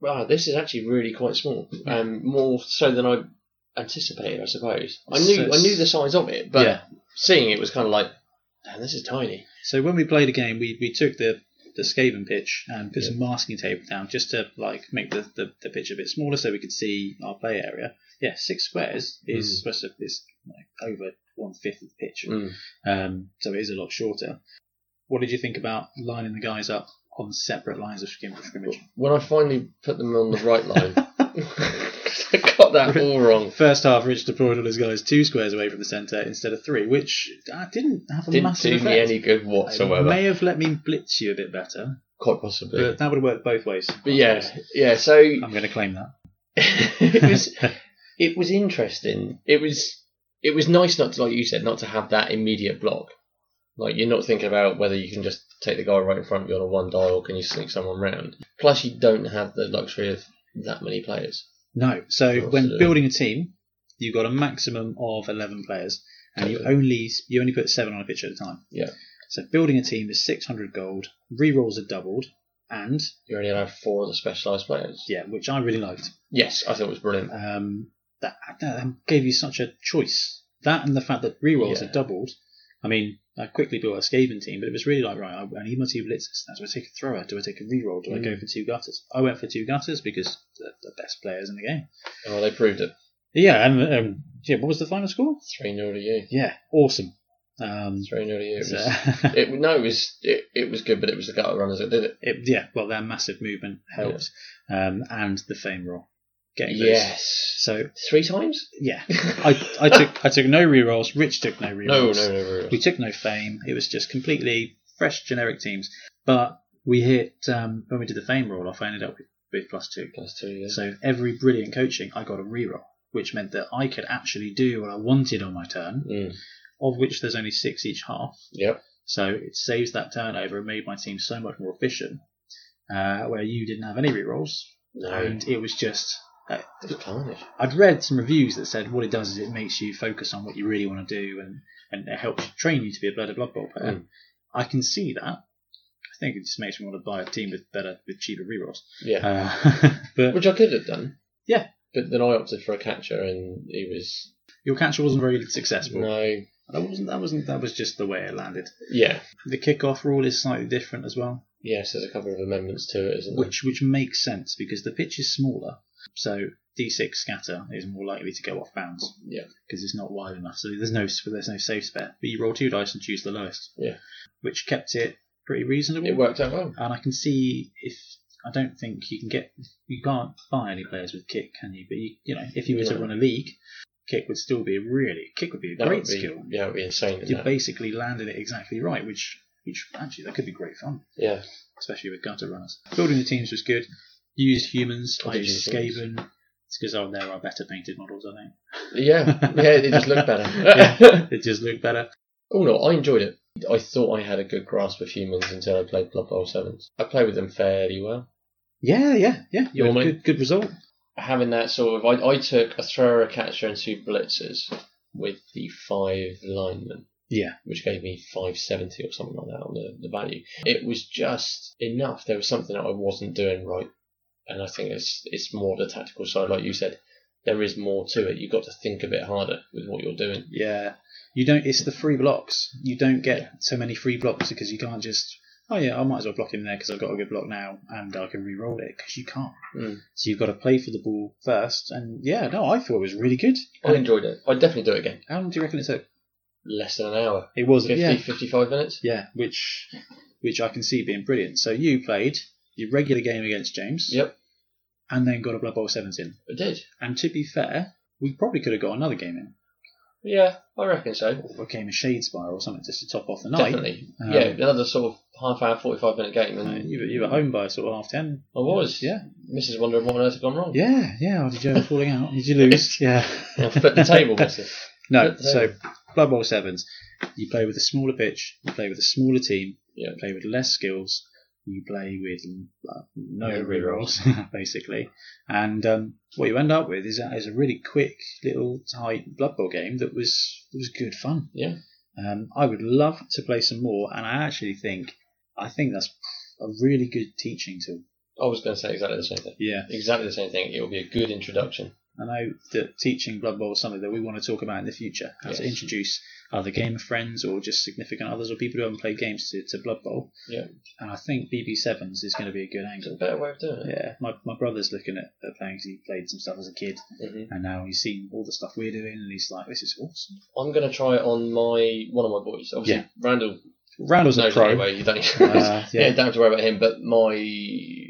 Wow, this is actually really quite small, um, more so than I anticipated. I suppose I So knew I it's- knew the size of it, but Yeah. seeing it was kind of like, man, this is tiny. So when we played a game, we, we took the, the Skaven pitch and put Yeah. some masking tape down just to like make the, the, the pitch a bit smaller so we could see our play area. Yeah, six squares is Mm. supposed to is like over one fifth of the pitch, Mm. um, so it is a lot shorter. What did you think about lining the guys up on separate lines of scrim- scrimmage? When I finally put them on the right line, I got that all wrong. First half, Rich deployed all his guys two squares away from the centre instead of three, which uh, didn't have a Didn't massive do me effect. any good It whatsoever. may have let me blitz you a bit better, Quite possibly, but but, that would have worked both ways. yeah, yeah. So I'm going to claim that. it was it was interesting. It was it was nice not to like you said, not to have that immediate block. Like you're not thinking about whether you can just take the guy right in front of you on a one dial, can you sneak someone round? Plus you don't have the luxury of that many players. No. So Sure, when so- building a team, you've got a maximum of eleven players, and you Totally. only you only put seven on a pitch at a time. Yeah. So building a team is six hundred gold. Rerolls are doubled, and You're only allowed four of the specialised players. yeah, which I really liked. Yes, I thought it was brilliant. Um, that, that gave you such a choice. That and the fact that rerolls Yeah. are doubled. I mean, I quickly built a Skaven team, but it was really like right. I, I need my two blitzers. Now, do I take a thrower? Do I take a reroll? Do I Mm. go for two gutters? I went for two gutters because they're the best players in the game. Well Oh, they proved it. Yeah, and um, yeah. What was the final score? Three 0 to you. Yeah, awesome. Um, Three 0 to you. It was, so- it, no, it was it, it was good, but it was the gutter runners that did it. it- yeah, well, their massive movement helped, um, and the fame roll getting loose. Yes. So Three times? yeah, I, I took I took no rerolls. Rich took no No, no, rerolls. no, no. no. We took no fame. It was just completely fresh generic teams. But we hit um, when we did the fame roll off. I ended up with, with plus two. Plus two, yeah. So every brilliant coaching, I got a reroll, which meant that I could actually do what I wanted on my turn, Mm. of which there's only six each half. Yep. So it saves that turnover and made my team so much more efficient. Uh, where you didn't have any rerolls, No. and it was just. uh, It's carnage. I'd read some reviews that said what it does is it makes you focus on what you really want to do and, and it helps train you to be a better Blood Bowl player. Mm. I can see that. I think it just makes me want to buy a team with better, with cheaper rerolls. Yeah. Uh, but Which I could have done. Yeah. But then I opted for a catcher and he was. your catcher wasn't very successful. No. That wasn't. That wasn't. That was just the way it landed. Yeah. The kickoff rule is slightly different as well, Yes, there's a couple of amendments to it, isn't there? which which makes sense because the pitch is smaller, so d6 scatter is more likely to go off bounds. Yeah. because it's not wide enough. So there's no there's no safe spare. But you roll two dice and choose the lowest. Yeah. which kept it pretty reasonable. It worked out well. And I can see if I don't think you can get you can't buy any players with kick, can you? But you you know if you were to No. run a league, kick would still be a really kick would be a That great would be, skill. Yeah, it would be insane. In You that. basically landed it exactly right, which which actually that could be great fun, Yeah. especially with gutter runners. Building the teams was good. Used humans. I I did used use Skaven. It's because oh, there are better painted models, I think. Yeah. Yeah, it just looked better. Yeah, it just looked better. Oh no, I enjoyed it. I thought I had a good grasp of humans until I played Blood Bowl 7s. I played with them fairly well. Yeah, yeah, yeah. You You want me? good, good result. Having that sort of, I, I took a thrower, a catcher, and two blitzers with the five linemen. Yeah. Which gave me 570 or something like that on the, the value. It was just enough. There was something that I wasn't doing right. And I think it's, it's more the tactical side. Like you said, there is more to it. You've got to think a bit harder with what you're doing. Yeah. You don't. It's the free blocks. You don't get so many free blocks because you can't just. Oh yeah, I might as well block in there because I've got a good block now, and I can re-roll it because you can't. Mm. So you've got to play for the ball first. And yeah, no, I thought it was really good. I enjoyed it. I'd definitely do it again. How long do you reckon it took? Less than an hour. It was 50, yeah, 55 minutes? yeah, which which I can see being brilliant. So you played your regular game against James, Yep, and then got a Blood Bowl sevens in. it did. And to be fair, we probably could have got another game in, Yeah, I reckon so. or a game of Shadespire or something just to top off the night. Definitely. Um, yeah, another sort of half hour, 45 minute game, and Uh, you, were- you were home by sort of half ten. I was. Yeah. Mrs. wondering what on earth had gone wrong. Yeah, yeah. Or did you end up falling out? Did you lose? Yeah. I flipped the table, Mrs. no, Flip the so Blood Bowl Sevens, you play with a smaller pitch, you play with a smaller team, Yeah. you play with less skills, you play with uh, no No rerolls, basically. And um, what you end up with is a, is a really quick, little, tight Blood Bowl game that was, was good fun. Yeah. Um, I would love to play some more, and I actually think I think that's a really good teaching tool. I was going to say exactly the same thing. Yeah, Exactly the same thing. It will be a good introduction. I know that teaching Blood Bowl is something that we want to talk about in the future. How to Yes. introduce either gamer friends or just significant others or people who haven't played games to, to Blood Bowl. Yeah. And I think BB Sevens is going to be a good It's a angle. better way of doing it. Yeah, my, my brother's looking at, at playing 'cause he played some stuff as a kid, hmm and now he's seen all the stuff we're doing, and he's like, "This is awesome." I'm going to try it on my one of my boys. Obviously, Yeah. Randall Randall's a knows pro. anyway. You don't, Uh, yeah. yeah. don't have to worry about him. But my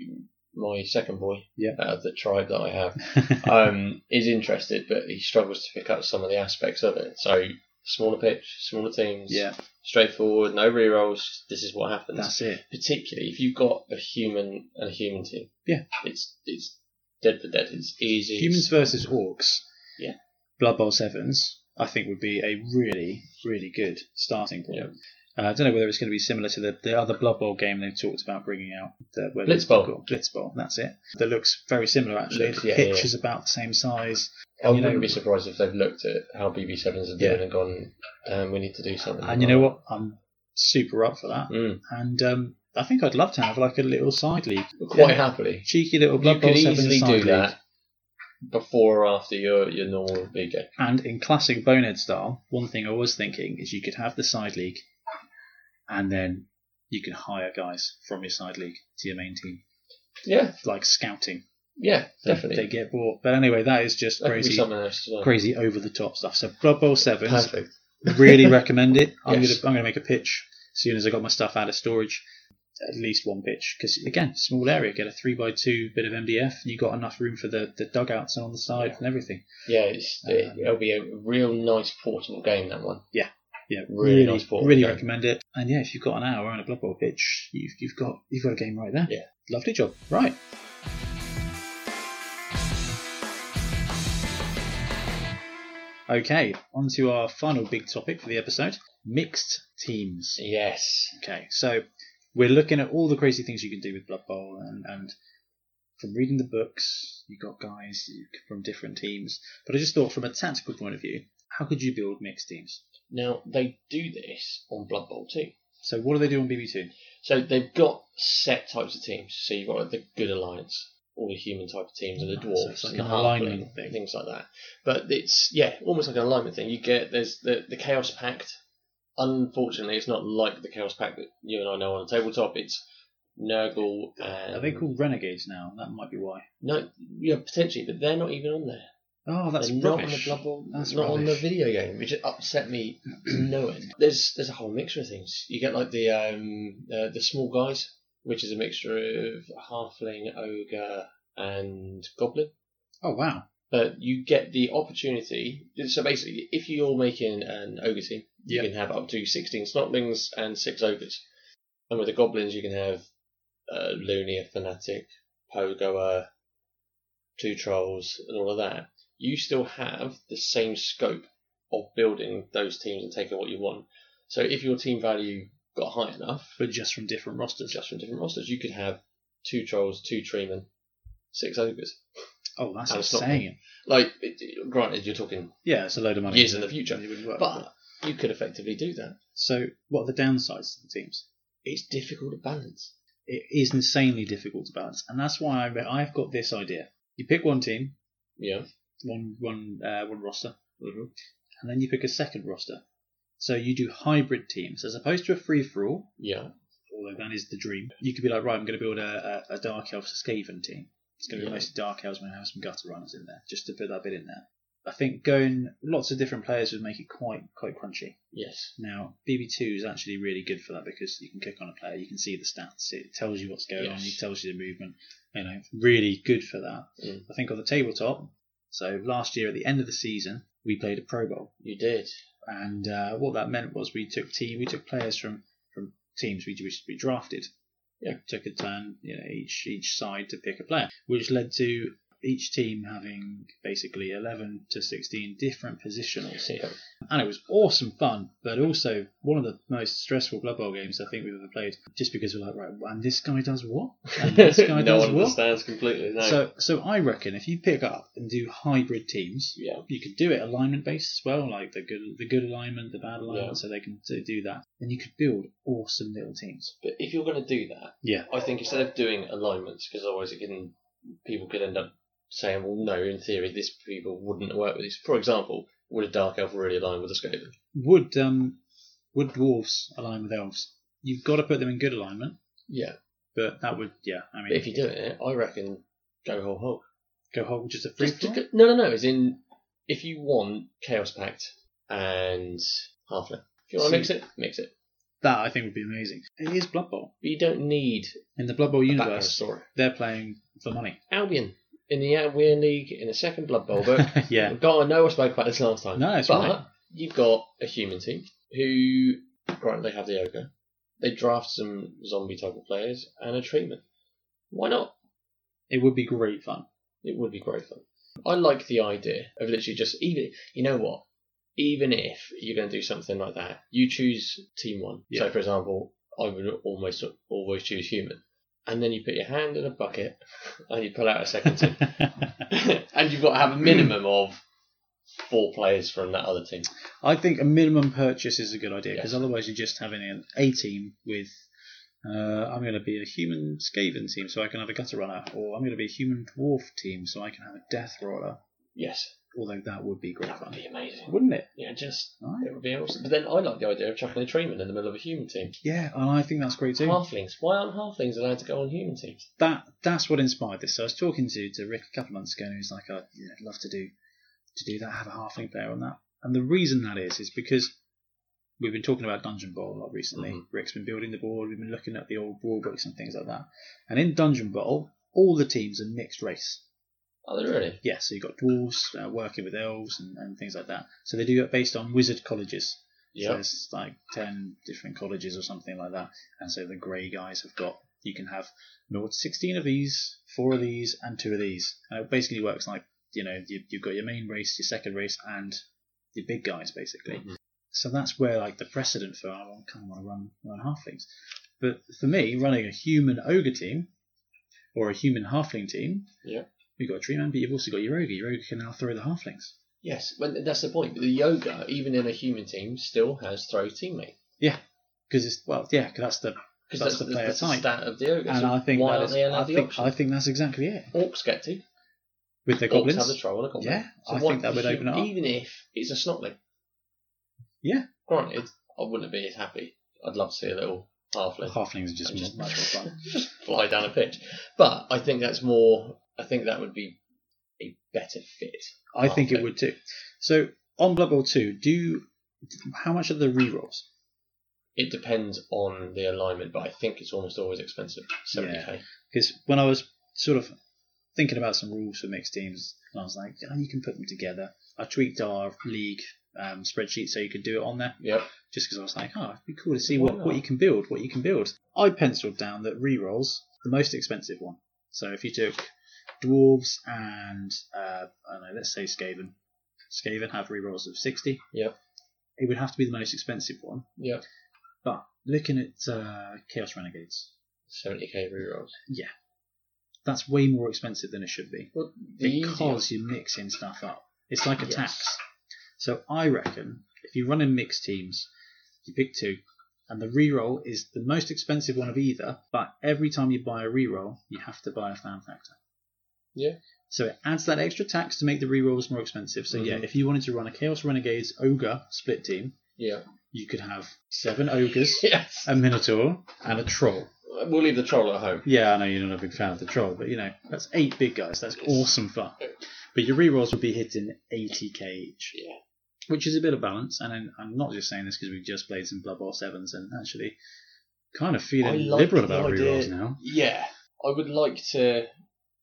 my second boy Yeah. out of the tribe that I have um, is interested, but he struggles to pick up some of the aspects of it. So smaller pitch, smaller teams, yeah, straightforward, no rerolls. This is what happens. that's it. Particularly if you've got a human and a human team. Yeah. it's it's dead for dead. It's easy. Humans versus orcs. Yeah. Blood Bowl sevens, I think, would be a really, really good starting point. Uh, I don't know whether it's going to be similar to the, the other Blood Bowl game they've talked about bringing out. The, where Blitz they've Bowl. got- Blitz Bowl, that's it. That looks very similar actually. Looks- the yeah, pitch yeah. is about the same size, I and you wouldn't know- be surprised if they've looked at how BB sevens are doing Yeah. and gone. Um, we need to do something. and you know what? I'm super up for that. Mm, And um, I think I'd love to have like a little side league, quite Yeah. happily. cheeky little Blood you Bowl could sevens easily side do league. that before or after your your normal big game. And in classic Bonehead style, one thing I was thinking is you could have the side league, and then you can hire guys from your side league to your main team, Yeah, like scouting. yeah, They- definitely. they get bought. But anyway, that is just that could be crazy, something else. to do. crazy over the top stuff. So Blood Bowl Sevens, Perfect. really recommend it. I'm Yes. gonna I'm gonna make a pitch as soon as I got my stuff out of storage. at least one pitch because again, small area. Get a three by two bit of MDF, and you got enough room for the, the dugouts and on the side and everything. Yeah, it's, Uh, it, it'll be a real nice portable game, that one. Yeah, Really really, nice ball, really yeah. recommend it. And yeah, if you've got an hour and a blood bowl pitch, you've you've got you've got a game right there. Yeah. lovely job. Right. Okay, on to our final big topic for the episode: mixed teams. Yes. Okay, so we're looking at all the crazy things you can do with Blood Bowl, and, and from reading the books, you got guys from different teams. But I just thought, from a tactical point of view, how could you build mixed teams? Now, they do this on Blood Bowl too. So what do they do on BB2? So they've got set types of teams. So you've got like, the good alliance, all the human type of teams, and the Ah, so dwarves, it's like and an the halfling, alignment thing. things like that. But it's yeah, almost like an alignment thing. You get there's the the chaos pact. Unfortunately, it's not like the chaos pact that you and I know on the tabletop. It's Nurgle and Are they called renegades now? That might be why. No, yeah, potentially, but they're not even on there. Oh, that's They're not on the rubbish. Blood Bowl, That's not on the rubbish. video game, which upset me to no end. There's there's a whole mixture of things. You get like the um uh, the small guys, which is a mixture of halfling, ogre, and goblin. Oh wow. But you get the opportunity. So basically, if you're making an ogre team, you Yeah. can have up to sixteen snotlings and six ogres, and with the goblins you can have uh, Looney, a fanatic, Pogoer, two trolls, and all of that. You still have the same scope of building those teams and taking what you want. So if your team value got high enough, But just from different rosters. just from different rosters, you could have two trolls, two treemen, six ogres. Oh, that's And it's not- insane. Like, it, it- granted, you're talking Yeah, it's a load of money. years in the future, It would work, but you could effectively do that. so, what are the downsides to the teams? It's difficult to balance. it is insanely difficult to balance, and that's why I, I've got this idea. You pick one team, Yeah. one one uh, one roster, Mm-hmm. and then you pick a second roster. So you do hybrid teams as opposed to a free for all, Yeah. although that is the dream. You could be like, right, I'm going to build a, a, a dark elf Skaven team. It's going to Yeah. be mostly dark elves. I'm going to have some gutter runners in there just to put that bit in there. I think going lots of different players would make it quite quite crunchy. Yes. Now, BB2 is actually really good for that because you can click on a player, you can see the stats, it tells you what's going on, Yes. it tells you the movement. You know, really good for that. Mm. I think on the tabletop, so last year at the end of the season, we played a Pro Bowl, You did. and uh, what that meant was we took team, we took players from from teams we we, we drafted. Yeah. took a turn, you know, each each side to pick a player, which led to each team having basically eleven to sixteen different positionals Yeah. and it was awesome fun, but also one of the most stressful Blood Bowl games I think we've ever played. Just because we're like, right, and this guy does what? And this no guy does one what? understands completely. No. So, so I reckon if you pick up and do hybrid teams, yeah. you could do it alignment based as well, like the good, the good alignment, the bad alignment, Yeah. so they can do- do that. Then you could build awesome little teams. But if you're going to do that, Yeah. I think instead of doing alignments, because otherwise it can, people could end up saying, well, no, in theory, this people wouldn't work with this. For example, would a dark elf really align with a Skaven? Would um, would dwarves align with elves? You've got to put them in good alignment, Yeah. but that would, yeah, I But mean, if you do it, I reckon go whole hog. go whole just a free. Just to, go- no, no, no. As in, if you want Chaos Pact and Halfling, if you want See- to mix it, mix it. That I think would be amazing. It is Blood Bowl. But you don't need In the Blood Bowl a background universe, story. they're playing for money. Albion in the Albion League in the second Blood Bowl book. yeah. God, I know I spoke about this last time. No, it's but right. you've got a human team who, right, they have the ogre. They draft some zombie type of players and a treatment. Why not? It would be great fun. It would be great fun. I like the idea of literally just even you know what? Even if you're going to do something like that, you choose team one. Yeah. So, for example, I would almost always choose human, and then you put your hand in a bucket and you pull out a second team, and you've got to have a minimum of four players from that other team. I think a minimum purchase is a good idea because Yes. otherwise you're just having an A team with. Uh, I'm going to be a human Skaven team, so I can have a gutter runner, or I'm going to be a human dwarf team, so I can have a death roller. Yes, Although that would be great that would fun, be amazing. wouldn't it? Yeah, just Right. it would be awesome. But then I like the idea of chucking a treatment in the middle of a human team. Yeah, and I think that's great too. Halflings. Why aren't halflings allowed to go on human teams? that that's what inspired this. So I was talking to, to Rick a couple of months ago, and he was like, I'd yeah, I'd love to do to do that, have a halfling player on that. And the reason that is is because we've been talking about Dungeon Bowl a lot recently. Mhm. Rick's been building the board. We've been looking at the old rule books and things like that. And in Dungeon Bowl, all the teams are mixed race. Are they really? Yeah, so you've got dwarves uh, working with elves and, and things like that. So they do it based on wizard colleges. So Yeah. it's like 10 different colleges or something like that. And so the grey guys have got, you can have 0 to 16 of these, 4 of these, and 2 of these. And it basically works like, you know, you, you've got your main race, your second race, and your big guys, basically. Mhm. So that's where, like, the precedent for, oh, I want- kind of want to run, run halflings. But for me, running a human ogre team or a human halfling team, Yeah. you've got a tree man, but you've also got your ogre. Your ogre can now throw the halflings. Yes, well, that's the point. The yoga, even in a human team, still has throw teammate. Because it's, well, yeah, 'cause that's the Because That's that's, the the, player that's the type. stat of the yoga. and so I think why that aren't is, they allowed I the think option? I think that's exactly it Orcs get to. with the Orcs have the goblins. troll and a goblin. Yeah, So I why- think that would open it up. Even if it's a snotling. Yeah. Granted, I wouldn't be as happy. I'd love to see a little halfling Halflings are just Just- much more fun. just fly down a pitch. But I think that's more. I think that would be a better fit. I think it Halfling. would too. So on Blood Bowl two, do you, how much are the rerolls? It depends on the alignment, but I think it's almost always expensive. Seventy k. Because when I was sort of thinking about some rules for mixed teams, and I was like, oh, you can put them together. I tweaked our league um, spreadsheet so you could do it on there, Yep. just because I was like, oh, it'd be cool to see Why what, what not? you can build, what you can build. I penciled down that rerolls the most expensive one. So if you took dwarves and uh, I don't know, let's say Skaven, Skaven have rerolls of sixty. Yep. It would have to be the most expensive one. Yep. But looking at uh, Chaos Renegades, Seventy k rerolls. that's way more expensive than it should be Well, the easier- because you're mixing stuff up. It's like a Yes. tax. So I reckon if you run in mixed teams, you pick two, and the reroll is the most expensive one of either. But every time you buy a reroll, you have to buy a fan factor. Yeah. So it adds that extra tax to make the rerolls more expensive. So yeah, Mhm. if you wanted to run a Chaos Renegades ogre split team, yeah. you could have seven ogres, Yes. a Minotaur, and a troll. We'll leave the troll at home. Yeah, I know you're not a big fan of the troll, but you know, that's eight big guys. That's awesome fun. But your rerolls would be hitting 80k each, Yeah. which is a bit of balance. And I'm- I'm not just saying this because we've just played some Blood Bowl 7s and actually kind of I feeling like liberal the about idea. rerolls now. Yeah. I would like to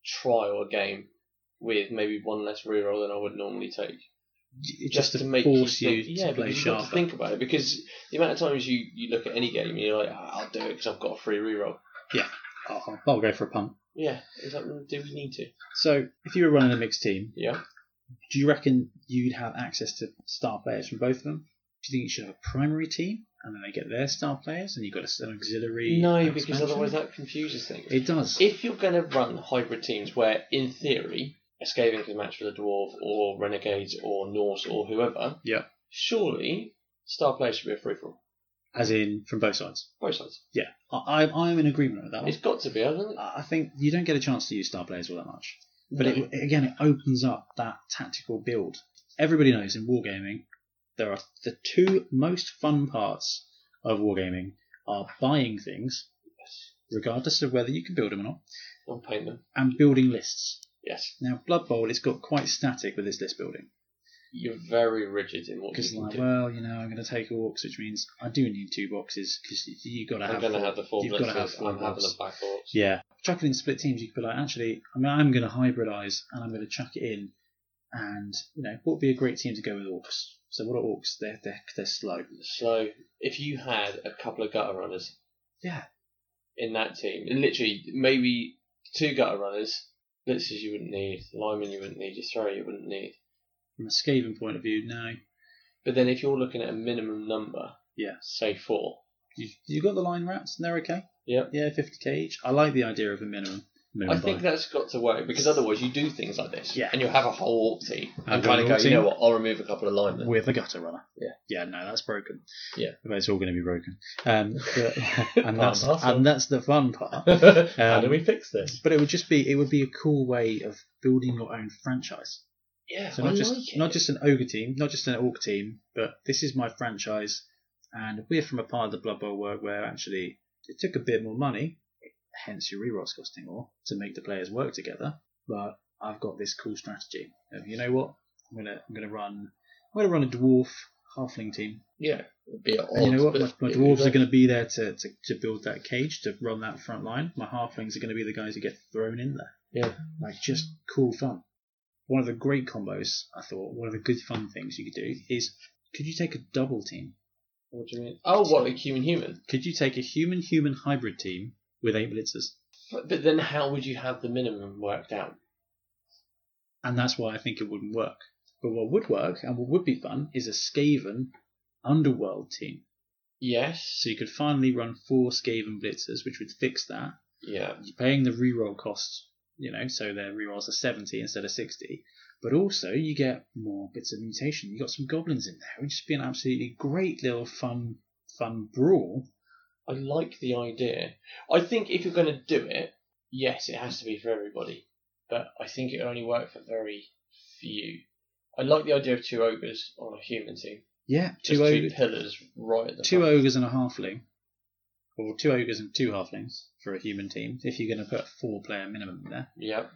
trial a game with maybe one less reroll than I would normally take. J- just, to, make force you, think, yeah, to play because you've got sharper. to think about it because the amount of times you, you look at any game and you're like, "Ah, I'll do it because I've got a free reroll. Oh, I'll- I'll go for a punt. Yeah, it's like, "Mm, do we need to? So, if you were running a mixed team, Yeah, do you reckon you'd have access to star players from both of them? Do you think you should have a primary team and then they get their star players and you've got an auxiliary? no, because expansion? otherwise that confuses things. It does. If you're going to run hybrid teams where, in theory, a Skaven can match with a Dwarf or Renegades or Norse or whoever, Yeah. surely Star players should be a free for all. as in from both sides. Both sides. Yeah, I, I- I'm in agreement with that one. It's got to be, I don't I I think you don't get a chance to use star players all that much, but No. it, again, it opens up that tactical build. Everybody knows in wargaming, there are the two most fun parts of wargaming are buying things, regardless of whether you can build them or not, I'll paint them. and building lists. Yes. Now, Blood Bowl has got quite static with its list building You're very rigid in what you because, can like, do. well, you know, I'm going to take orcs, which means I do need two boxes because you got to I'm have. going to four- have the four You've got to have blitzes, four I'm having buffs. a back orcs. Yeah. Chuck it in split teams, you could be like, actually, I mean, I'm going to hybridize and I'm going to chuck it in. And, you know, what would be a great team to go with orcs? So, what are orcs? They're, they're, they're slow. So if you had a couple of gutter runners, Yeah. in that team, and literally maybe two gutter runners, blitzers you wouldn't need, linemen you wouldn't need, your throw you wouldn't need. From a Skaven point of view, no. But then if you're looking at a minimum number, Yeah. say four, You've, you got the line rats, and they're okay. Yep. Yeah, 50k each. I like the idea of a minimum. minimum I think buy. that's got to work because otherwise you do things like this, Yeah. and you'll have a whole orc team I've and got kind an of orc go, you know team. what, I'll remove a couple of linemen. With a gutter runner. Yeah. Yeah, no, that's broken. Yeah. But it's all going to be broken. Um, but- and, that's, Part and parcel. and that's the fun part. How do we fix this? But it would just be, it would be a cool way of building your own franchise. Yeah, So I not just like it. not just an ogre team, not just an orc team, but this is my franchise, and we're from a part of the Blood Bowl world where actually it took a bit more money, hence your rerolls costing more to make the players work together. But I've got this cool strategy. Of, you know what? I'm gonna I'm gonna run I'm gonna run a dwarf halfling team. Yeah, it'd be odd. And you know what? My, but my it'd dwarves be are going to be there to, to, to build that cage, to run that front line. My halflings are going to be the guys who get thrown in there. Yeah. Like, just cool fun. One of the great combos, I thought, one of the good fun things you could do is could you take a double team? What do you mean? Oh, what a human human. Could you take a human human hybrid team with eight blitzers? But, but then how would you have the minimum worked out? And that's why I think it wouldn't work. But what would work and what would be fun is a Skaven underworld team. Yes. So you could finally run four Skaven blitzers, which would fix that. Yeah. you're paying the reroll costs, you know, so their rerolls are 70 instead of 60. But also, you get more bits of mutation. You got some goblins in there. It would just be an absolutely great little fun, fun brawl. I like the idea. I think if you're going to do it, yes, it has to be for everybody. But I think it only worked for very few. I like the idea of two ogres on a human team. Yeah, Just two, two, og- pillars right at the two front. ogres and a halfling, or two ogres and two halflings for a human team. If you're going to put a four-player minimum in there, Yep.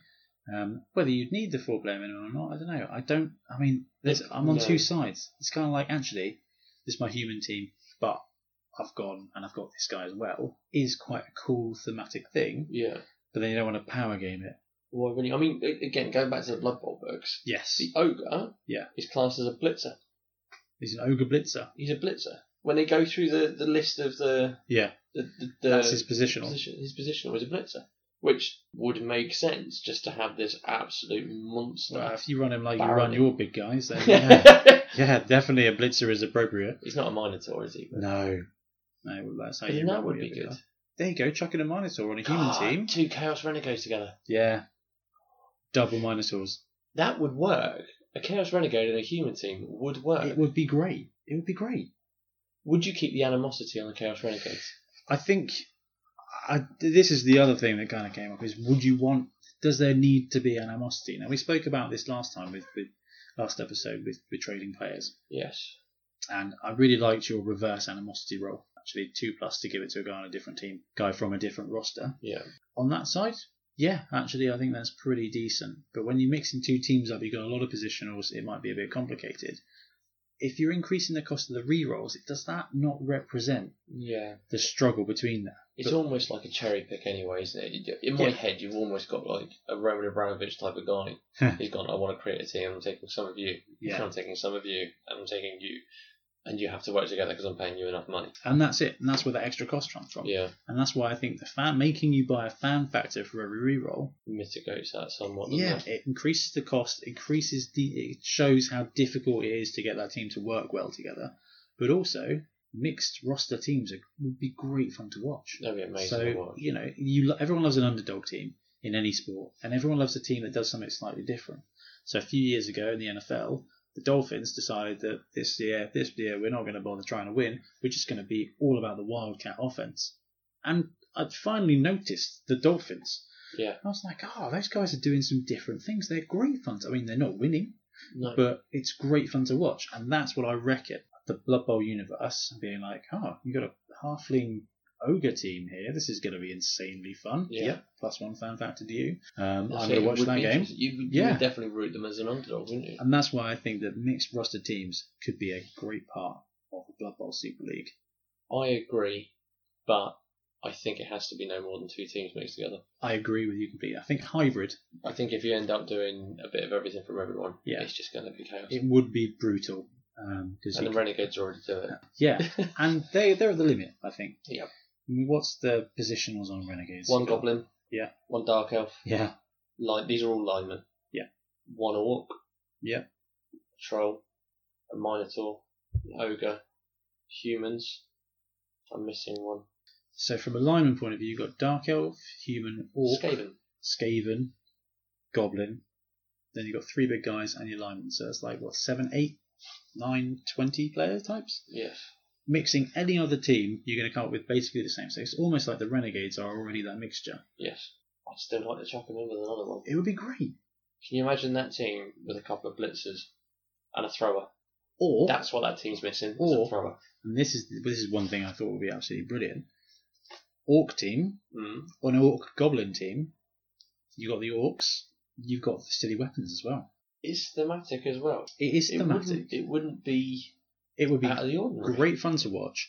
um, whether you'd need the four-player minimum or not, I don't know. I don't. I mean, there's, I'm on No. two sides. It's kind of like actually, this is my human team, but I've gone and I've got this guy as well. Is quite a cool thematic thing, Yeah. but then you don't want to power game it. Well, really, I mean, a- again, going back to the Blood Bowl books, Yes, the ogre Yeah. is classed as a blitzer. he's an ogre blitzer. He's a blitzer. When they go through the, the list of the Yeah, the, the, the that's his positional. position, his position was a blitzer, which would make sense just to have this absolute monster. Well, if you run him like you Barreling. run your big guys, then yeah, yeah, definitely a blitzer is appropriate. He's not a minotaur, is he? No. No, well, that's how But you then that run would your be big good. guy. There you go, chucking a Minotaur on a human God, team. Two Chaos Renegades together. Yeah. Double Minotaurs. That would work. A Chaos Renegade and a human team would work. It would be great. It would be great. Would you keep the animosity on the Chaos Renegades? I think I, this is the other thing that kind of came up is would you want, does there need to be animosity? Now, we spoke about this last time with, with last episode with, with trading players. Yes. and I really liked your reverse animosity roll. Actually, two plus to give it to a guy on a different team, guy from a different roster. Yeah. On that side, yeah, actually, I think that's pretty decent. But when you're mixing two teams up, you've got a lot of positionals, it might be a bit complicated. If you're increasing the cost of the rerolls, it does that not represent Yeah. the struggle between them? It's But- almost like a cherry pick, anyway, isn't it? You- In my Yeah. head, you've almost got like a Roman Abramovich type of guy. He's gone, I want to create a team, I'm taking some of you. Yeah. I'm taking some of you, and I'm taking you. And you have to work together because I'm paying you enough money. And that's it. And that's where the extra cost comes from. Yeah. And that's why I think the fan making you buy a fan factor for every reroll Mitigates that somewhat. doesn't Yeah, it? it increases the cost, increases the, it shows how difficult it is to get that team to work well together, but also mixed roster teams are, would be great fun to watch. That'd be amazing to So watch. you know, you lo- everyone loves an underdog team in any sport, and everyone loves a team that does something slightly different. So a few years ago in the NFL, the Dolphins decided that this year, this year we're not going to bother trying to win. We're just going to be all about the Wildcat offense. And I finally noticed the Dolphins. Yeah. I was like, oh, those guys are doing some different things. They're great fun. To, I mean, they're not winning, No. but it's great fun to watch. And that's what I reckon. The Blood Bowl universe being like, oh, you've got a halfling ogre team here. This is going to be insanely fun. Yeah. Yep. Plus one fan factor to you. Um, That's I'm it, going it to watch would that be game. interesting. You would, you Yeah. would definitely root them as an underdog, wouldn't you? And that's why I think that mixed roster teams could be a great part of the Blood Bowl Super League. I agree, but I think it has to be no more than two teams mixed together. I agree with you completely. I think hybrid, I think if you end up doing a bit of everything from everyone, Yeah. it's just going to be chaos. it would be brutal. Um, cause and you the Renegades already do it. Yeah, and they they're at the limit, I think. Yeah. What's the positionals on Renegades? One Goblin. Yeah. One Dark Elf. Yeah. Line, these are all linemen. Yeah. One Orc. Yeah. A troll. A Minotaur. An ogre. Humans. I'm missing one. So from a lineman point of view, you've got Dark Elf, Human, Orc, Skaven. Skaven, Goblin. Then you've got three big guys and your lineman. So that's like, what, seven, eight, nine, twenty player types? Yes. Mixing any other team, you're going to come up with basically the same. So it's almost like the Renegades are already that mixture. Yes. I'd still like to chuck them in with another one. It would be great. Can you imagine that team with a couple of blitzers and a thrower? Or That's what that team's missing. is a Or- thrower. and this is this is one thing I thought would be absolutely brilliant. Orc team Mm. on an orc goblin team, you've got the orcs, you've got the silly weapons as well. It's thematic as well. It is It thematic. wouldn't, it wouldn't be It would be out of the ordinary. great fun to watch.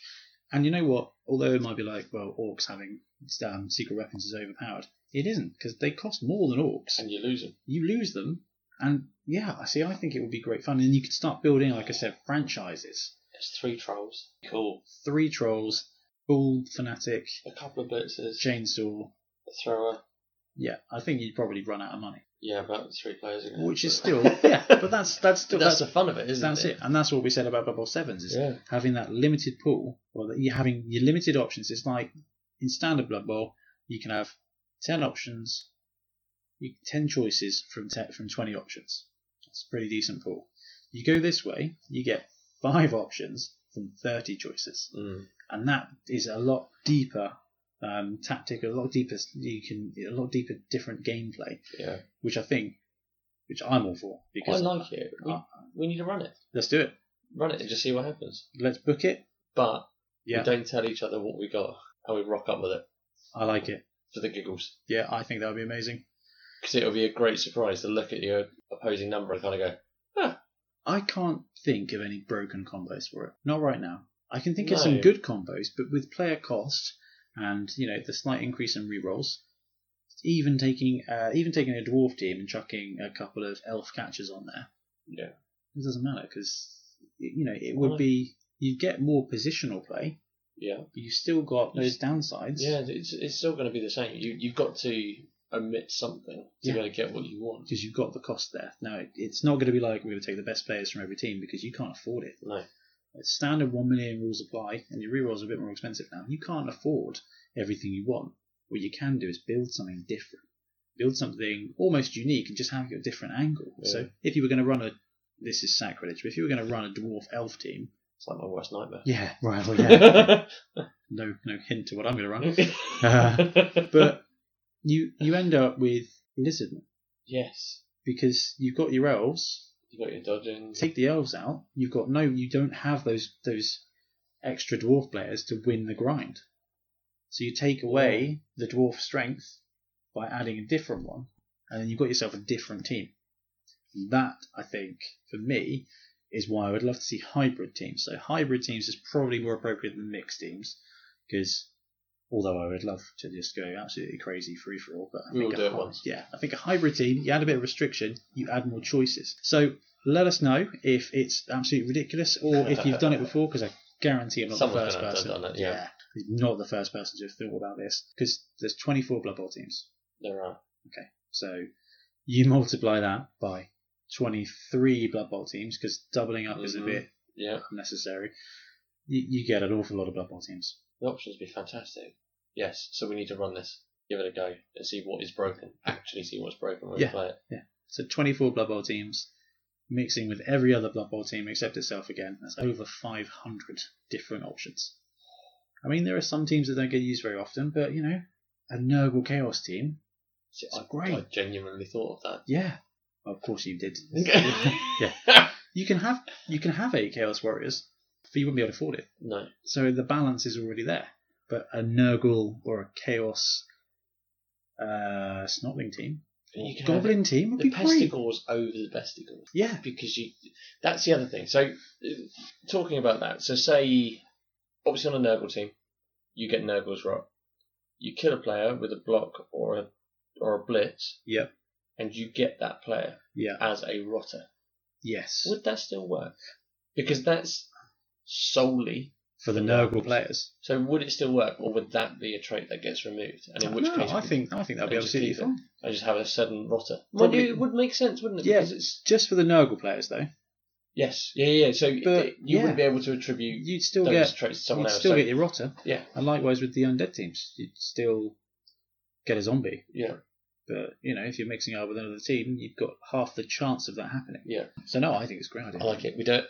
And you know what? Although it might be like, well, orcs having um, secret weapons is overpowered, it isn't because they cost more than orcs. And you lose them. You lose them, and yeah, I see. I think it would be great fun, and you could start building, like I said, franchises. It's three trolls. Cool. Three trolls, bull fanatic, A couple of blitzers. chainsaw. A thrower. Yeah, I think you'd probably run out of money, Yeah, about three players again. which is still yeah, but that's that's still But that's that's the fun of it, isn't that's it, and that's what we said about Bubble Sevens is Yeah. having that limited pool, or that you're having your limited options. It's like in standard Blood Bowl, you can have ten options, you ten choices from 10, from twenty options. It's a pretty decent pool. You go this way, you get five options from thirty choices, Mm. and that is a lot deeper um, tactic, a lot deeper. You can a lot deeper different gameplay, Yeah. which I think, which I'm all for because I like it. We, Ah. we need to run it. let's do it. Run it and just see what happens. Let's book it. But Yeah. we don't tell each other what we got and we rock up with it I like it. for the giggles. Yeah, I think that would be amazing. Because it'll be a great surprise to look at your opposing number and kind of go, I can't think of any broken combos for it. Not right now. I can think of No. some good combos, but with player cost and you know the slight increase in rerolls, even taking uh, even taking a dwarf team and chucking a couple of elf catchers on there, Yeah. it doesn't matter because you know it would Right. be you get more positional play, yeah. but you've still got those downsides. Yeah, it's, it's still going to be the same. You, you've got to omit something to Yeah. be able to get what you want. Because you've got the cost there. Now, it- it's not going to be like we're going to take the best players from every team because you can't afford it. No. It's standard 1 million rules apply, and your rerolls are a bit more expensive now. You can't afford everything you want. What you can do is build something different, build something almost unique, and just have your different angle. Yeah. So, if you were going to run a this is sacrilege, but if you were going to run a dwarf elf team, It's like my worst nightmare. yeah, right, well, yeah, no, no hint to what I'm going to run. But you you end up with lizardmen yes, because you've got your elves, you got your dodging. take the elves out, you've got no, you don't have those those extra dwarf players to win the grind. So you take away the dwarf strength by adding a different one, and then you've got yourself a different team. That I think for me is why I would love to see hybrid teams. So hybrid teams is probably more appropriate than mixed teams because. Although I would love to just go absolutely crazy free for all, but I We think will a do it hy- once. yeah, I think a hybrid team you add a bit of restriction, you add more choices. So let us know if it's absolutely ridiculous or if you've done it before, because I guarantee I'm not the Someone's first gonna have person. done it, yeah. I'm not the first person to have thought about this because there's 24 Blood Bowl teams. There are. So you multiply that by 23 Blood Bowl teams because doubling up is a Mhm. bit Yeah, unnecessary. You, you get an awful lot of Blood Bowl teams. the options would be fantastic. Yes, so we need to run this, give it a go, and see what is broken. Actually, see what's broken when Yeah. we play it. So 24 Blood Bowl teams mixing with every other Blood Bowl team except itself again. That's over 500 different options. I mean, there are some teams that don't get used very often, but you know, a Nurgle Chaos team. So It's I, great. I genuinely thought of that. Yeah. Of course you did. yeah. You can have you can have eight Chaos Warriors, but you wouldn't be able to afford it. No. So the balance is already there. But a Nurgle or a Chaos uh, Snotling team, You can have Goblin team would the be great. pestigores over the bestigors. Yeah. because you that's the other thing so uh, talking about that so say obviously on a nurgle team you get nurgle's rot you kill a player with a block or a or a blitz Yep. and you get that player Yeah. as a rotter Yes. would that still work because that's solely For the Nurgle players. so would it still work or would that be a trait that gets removed and in which no, case I think I think that'd be I'd just absolutely keep it. fine. i just have a sudden rotter Probably- well, it would make sense wouldn't it Yeah. because it's Just for the Nurgle players though, yes yeah yeah yeah. so But, it- you yeah. wouldn't be able to attribute you'd still those get traits to someone you'd else still so- get your rotter, Yeah. and likewise with the undead teams, you'd still get a zombie. Yeah. But you know, if you're mixing it up with another team, you've got half the chance of that happening. Yeah. So no, I think it's a great idea. I like it. We don't.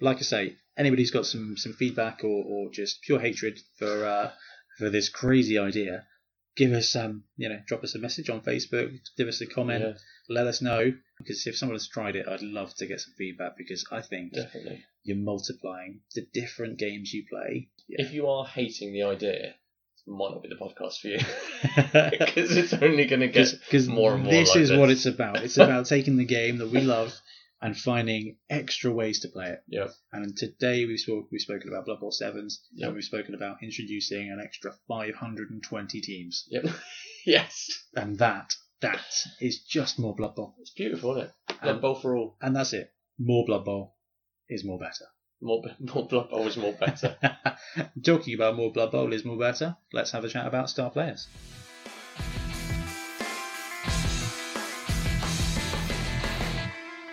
Like I say, anybody's got some some feedback or, or just pure hatred for uh, for this crazy idea, give us um you know drop us a message on Facebook, give us a comment. Yeah, let us know because if someone has tried it, I'd love to get some feedback because I think definitely. you're multiplying the different games you play. Yeah. If you are hating the idea, it might not be the podcast for you because it's only going to get Because more and more this like is what this. it's about. It's about taking the game that we love and finding extra ways to play it. Yep. And today we've spoke, we've spoken about Blood Bowl sevens, Yep. and we've spoken about introducing an extra 520 teams, Yep. yes. and that that is just more Blood Bowl, It's beautiful, isn't it? Blood Um, Bowl for all. and that's it. More Blood Bowl is more better. More, more Blood Bowl is more better. Talking about more Blood Bowl is more better. Let's have a chat about star players.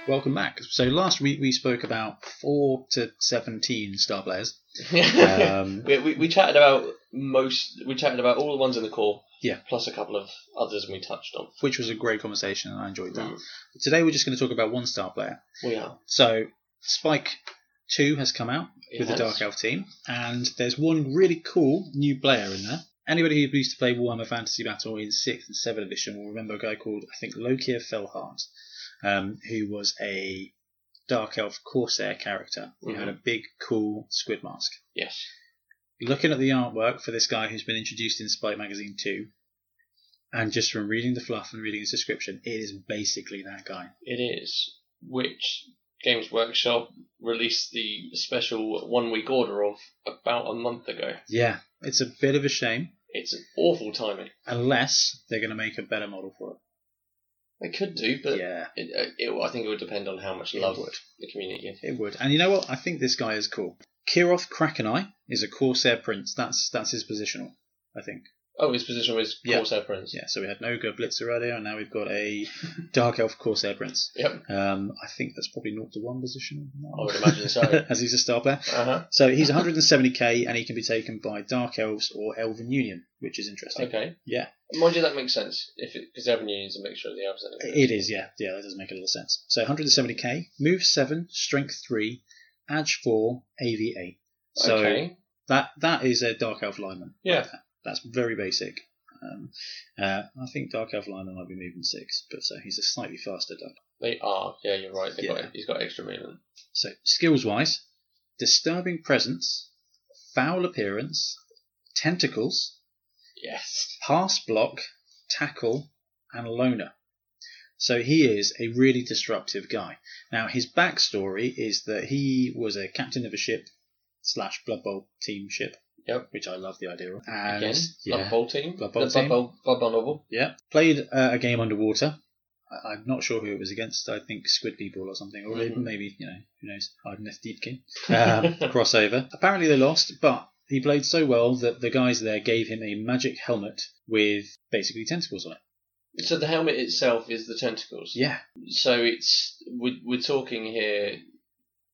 Welcome back. So last week we spoke about four to seventeen star players. Uh, Um, we, we, we chatted about most. We chatted about all the ones in the core. Yeah. Plus a couple of others we touched on. which was a great conversation and I enjoyed that. Today we're just going to talk about one star player. We are. So Spike 2 has come out with the Yes. Dark Elf team and there's one really cool new player in there. Anybody who used to play Warhammer Fantasy Battle in 6th and 7th edition will remember a guy called, I think, Lokir Felhart, um, who was a Dark Elf Corsair character who Mm-hmm. had a big, cool squid mask. Yes. looking at the artwork for this guy who's been introduced in Spike Magazine 2, and just from reading the fluff and reading his description, it is basically that guy. It is. Which Games Workshop released the special one week order of about a month ago. Yeah. It's a bit of a shame, It's an awful timing. unless they're going to make a better model for They could do, it. but yeah, it, uh, it, I think it would depend on how much It love would. the community it would. And you know what? I think this guy is cool. Kiroth Krakenai is a Corsair Prince. That's that's his positional, I think. Oh, his position was Yeah. Corsair Prince. Yeah, so we had an Ogre Blitzer earlier, and now we've got a Dark Elf Corsair Prince. Yep. Um, I think that's probably 0 to 1 position. I would imagine so. as he's a star player. Uh-huh. So he's 170k, and he can be taken by Dark Elves or Elven Union, which is interesting. Okay. Yeah. Mind you, that makes sense if because Evan Union's a mixture of the elves. isn't It is, yeah, yeah, that does make a little sense. So 170k, move seven, strength three, edge four, AV eight. So uh, okay. that that is a Dark Elf lineman. Yeah. That's very basic. Um, uh, I think Dark Elf lineman might be moving six, but so he's a slightly faster Dark. They are. Yeah, you're right. They've Yeah. Got, he's got extra movement. So skills wise, disturbing presence, foul appearance, tentacles, Yes. pass block, tackle, and loner. So he is a really disruptive guy. Now his backstory is that he was a captain of a ship slash Blood Bowl team ship. Yep. Which I love the idea of. And Again, yeah, Blood Bowl team. Blood Bowl the team. Blood Bowl, Blood Bowl novel. yeah. Played uh, a game underwater. I- I'm not sure who it was against. I think Squid People or something, or Mhm. maybe you know who knows. Ardeneth Deepkin um, crossover. Apparently they lost, but he played so well that the guys there gave him a magic helmet with basically tentacles on it. So the helmet itself is the tentacles. Yeah, So it's we're, we're talking here,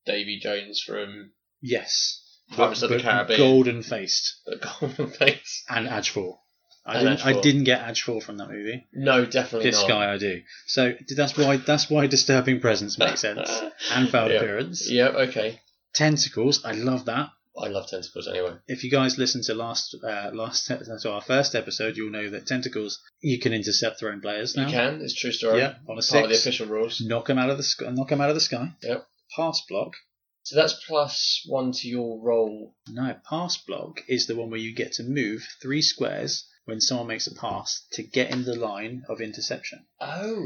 Davy Jones from Yes. Pirates of the But Caribbean, Golden faced. the golden face. And Adge 4. I And didn't, Adge I 4. didn't get Adge 4 from that movie. No, definitely This not. guy I do. So that's why that's why disturbing presence makes sense. And foul Yeah. appearance. Yeah. Okay. Tentacles, I love that. I love tentacles anyway. If you guys listen to last uh, last to our first episode, you'll know that tentacles you can intercept their own players now. You can. It's a true story. Yeah, on a Part of the six, official rules. knock them out of the sky. Knock 'em out of the sky. Yep. Pass block. So that's plus one to your roll. No, pass block is the one where you get to move three squares when someone makes a pass to get in the line of interception. Oh.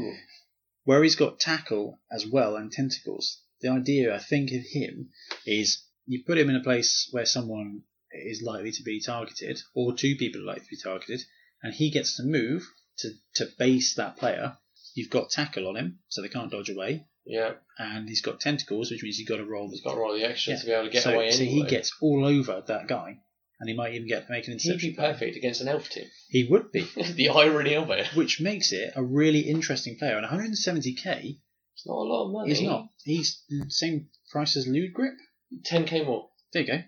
Where he's got tackle as well and tentacles, the idea I think of him is you put him in a place where someone is likely to be targeted, or two people are likely to be targeted, and he gets to move to, to base that player. You've got tackle on him, so they can't dodge away, Yeah. and he's got tentacles, which means you've got to roll the He's got to roll the action Yeah. to be able to get so, away. so anyway. he gets all over that guy, and he might even get make an He'd be interception. perfect against an elf team. He would be, the irony of it. which makes it a really interesting player. And 170k It's not a lot of money. is not. He's the same price as Lude Grip. 10k more. There you go.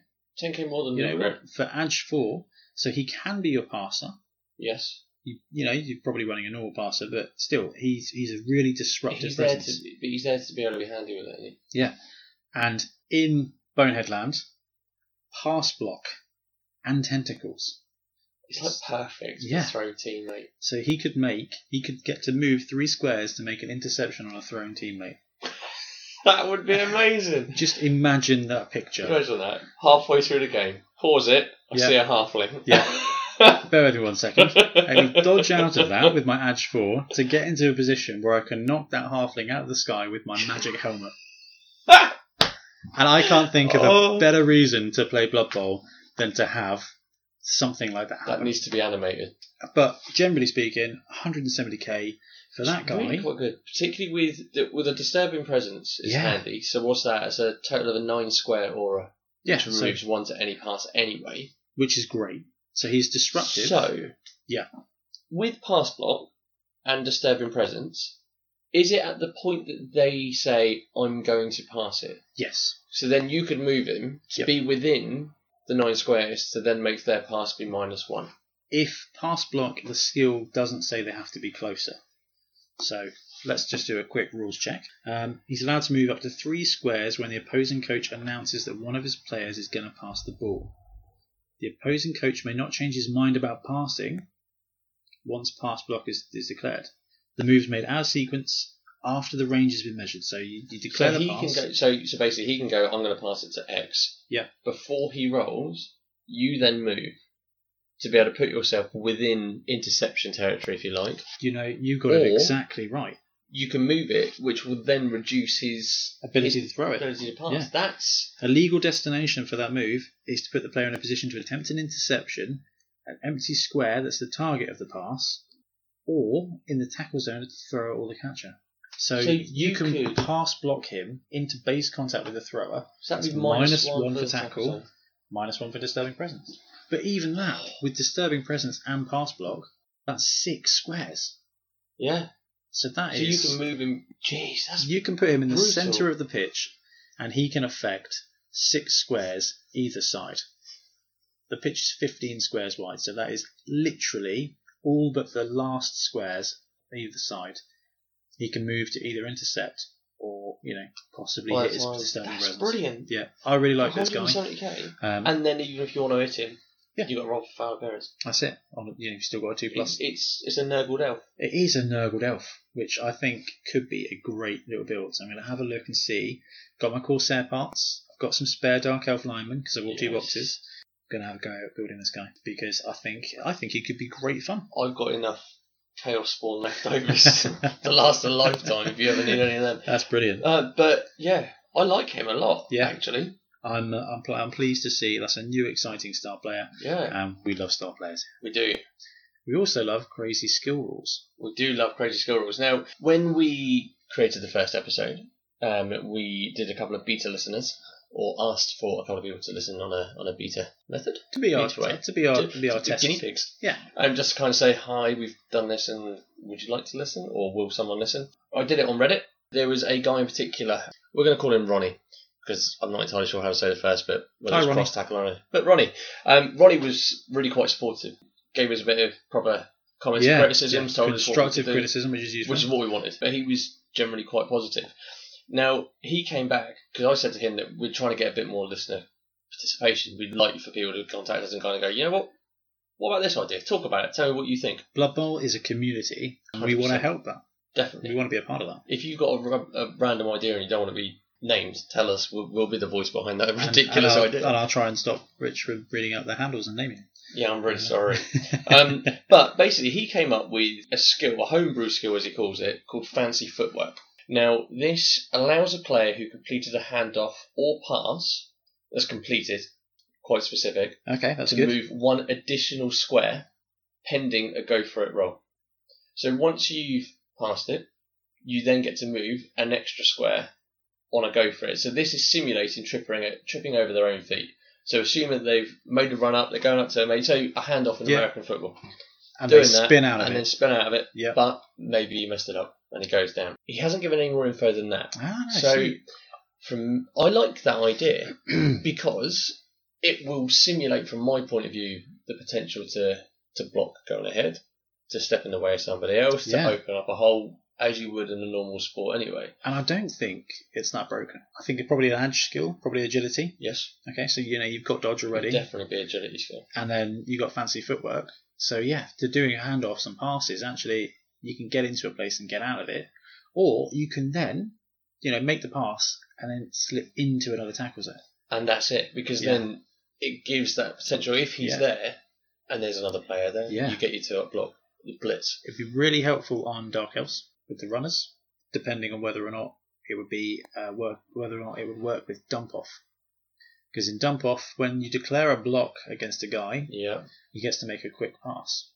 10k more than You know you what? For Edge four, so he can be your passer. Yes. You, you know, you're probably running a normal passer, but still, he's he's a really disruptive He's there, presence. to, be- but he's there to be able to be handy with it. isn't he? And in Bonehead Land, pass block and tentacles. It's like perfect Yeah. for throw teammate. So he could make, he could get to move three squares to make an interception on a thrown teammate. That would be amazing. Just imagine that picture. Imagine that. Halfway through the game, pause it. I Yeah. see a halfling. Yeah. Bear with me one second. I can dodge out of that with my Edge 4 to get into a position where I can knock that halfling out of the sky with my magic helmet. and I can't think of Oh. a better reason to play Blood Bowl than to have something like that That happen. needs to be animated. but generally speaking, 170k for that It's guy. really quite good, particularly with with a disturbing presence is Yeah. handy. So what's that? It's a total of a nine square aura, yeah, which so, removes one to any pass anyway. which is great. So he's disruptive. So, Yeah. with pass block and disturbing presence, is it at the point that they say I'm going to pass it? yes. So then you could move him to Yep. be within the nine squares to then make their pass be minus one. if pass block the skill doesn't say they have to be closer. So let's just do a quick rules check. Um, he's allowed to move up to three squares when the opposing coach announces that one of his players is going to pass the ball. The opposing coach may not change his mind about passing once pass block is, is declared. The move's made out of sequence after the range has been measured. So you, you declare So the he can pass. go. So so basically, he can go. I'm going to pass it to X. Yeah. Before he rolls, you then move to be able to put yourself within interception territory, if you like. You know, you got it Or- exactly right. You can move it, which will then reduce his Ability his to throw it. ability to pass. Yeah. That's A legal destination for that move is to put the player in a position to attempt an interception, an empty square that's the target of the pass, or in the tackle zone to thrower or the catcher. So, So you, you can could- pass block him into base contact with the thrower, So that'd That's be minus, minus one, one for for the tackle. tackle. minus one for disturbing presence. But even that, with disturbing presence and pass block, that's six squares. Yeah. So that So is you can move him. Jeez, that's you can put him in the brutal. centre of the pitch, and he can affect six squares either side. The pitch is 15 squares wide, so that is literally all but the last squares either side. He can move to either intercept or, you know, possibly Well, hit that's his why- disturbing that's presence. brilliant. Yeah, I really like this guy. 170k. Um, And then even if you want to hit him, Yeah. you got to roll for foul appearance. that's it. On, you know, you've still got a two plus. It's, it's it's a Nurgle elf. It is a Nurgled Elf, which I think could be a great little build. So I'm going to have a look and see. Got my Corsair parts. I've got some spare Dark Elf linemen because I bought two Yes. boxes. I'm going to have a go at building this guy because I think I think it could be great fun. I've got enough Chaos Spawn leftovers to last a lifetime if you ever need any of them. That's brilliant. Uh, but yeah, I like him a lot, Yeah. actually. I'm uh, I'm, pl- I'm pleased to see that's a new exciting star player. Yeah, Um, we love star players. we do. We also love crazy skill rules. We do love Crazy Skill Rules. Now, when we created the first episode, um, we did a couple of beta listeners, or asked for a couple of people to listen on a on a beta method. To be our Each way. to be our to, be our to test. guinea pigs. Yeah. And just kind of say, hi, we've done this, and would you like to listen, or will someone listen? I did it on Reddit. There was a guy in particular. We're going to call him Ronnie because I'm not entirely sure how to say the first bit. Whether Hi, it's Ronnie. cross tackle or not. But Ronnie, um, Ronnie was really quite supportive. Gave us a bit of proper comments and Yeah, criticisms, told us what we constructive could do, criticism, which is useful. which is what we wanted. But he was generally quite positive. Now he came back because I said to him that we're trying to get a bit more listener participation. We'd like for people to contact us and kind of go, you know what? What about this idea? Talk about it. Tell me what you think. Blood Bowl is a community, and we want to 100%. help that. We Definitely. want to be a part of that. If you've got a, ra- a random idea and you don't want to be named, tell us. We'll, we'll be the voice behind that And- ridiculous and I'll, idea. And I'll try and stop Rich from reading out their handles and naming. yeah, I'm really sorry. um, but basically, he came up with a skill, a homebrew skill as he calls it, called fancy footwork. Now, this allows a player who completed a handoff or pass that's completed, quite specific, Okay, that's to good. move one additional square pending a go for it roll. So once you've passed it, you then get to move an extra square on a go for it. So this is simulating tripping tripping over their own feet. So assume that they've made a run up, they're going up to maybe say a handoff in Yeah. American football, And doing they that, spin out of and it. then spin out of it. Yeah. But maybe he messed it up and he goes down. He hasn't given any more info than that. Ah, I So, see. from I like that idea because it will simulate, from my point of view, the potential to to block going ahead, to step in the way of somebody else, Yeah. to open up a hole as you would in a normal sport anyway. and I don't think it's that broken. I think it probably an edge skill, probably agility. Yes, Okay, so you know you've got dodge would already, definitely be agility skill. and then you got fancy footwork. So yeah, to doing handoffs and passes, actually you can get into a place and get out of it, or you can then, you know, make the pass and then slip into another tackle zone. and that's it because Yeah. then it gives that potential. If he's Yeah. there, and there's another player there, Yeah. you get your two up block, you blitz. It'd be really helpful on Dark Elves with the runners, depending on whether or not it would be uh, work, whether or not it would work with Dump Off. Because in Dump Off, when you declare a block against a guy, Yeah. he gets to make a quick pass.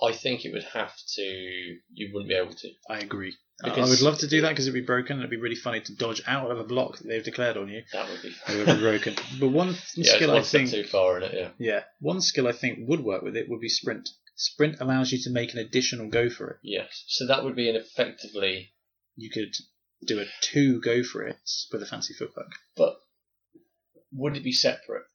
I think it would have to. You wouldn't be able to. I agree. I- I Because- would love to do that because it'd be broken. and It'd be really funny to dodge out of a block that they've declared on you. That would be. It would be broken. But one th- yeah, it's skill one I step think too far in it. Yeah. Yeah, one skill I think would work with it would be sprint. Sprint allows you to make an additional go for it. Yes. So that would be an effectively. You could do a two go for it with a fancy footwork. But would it be separate?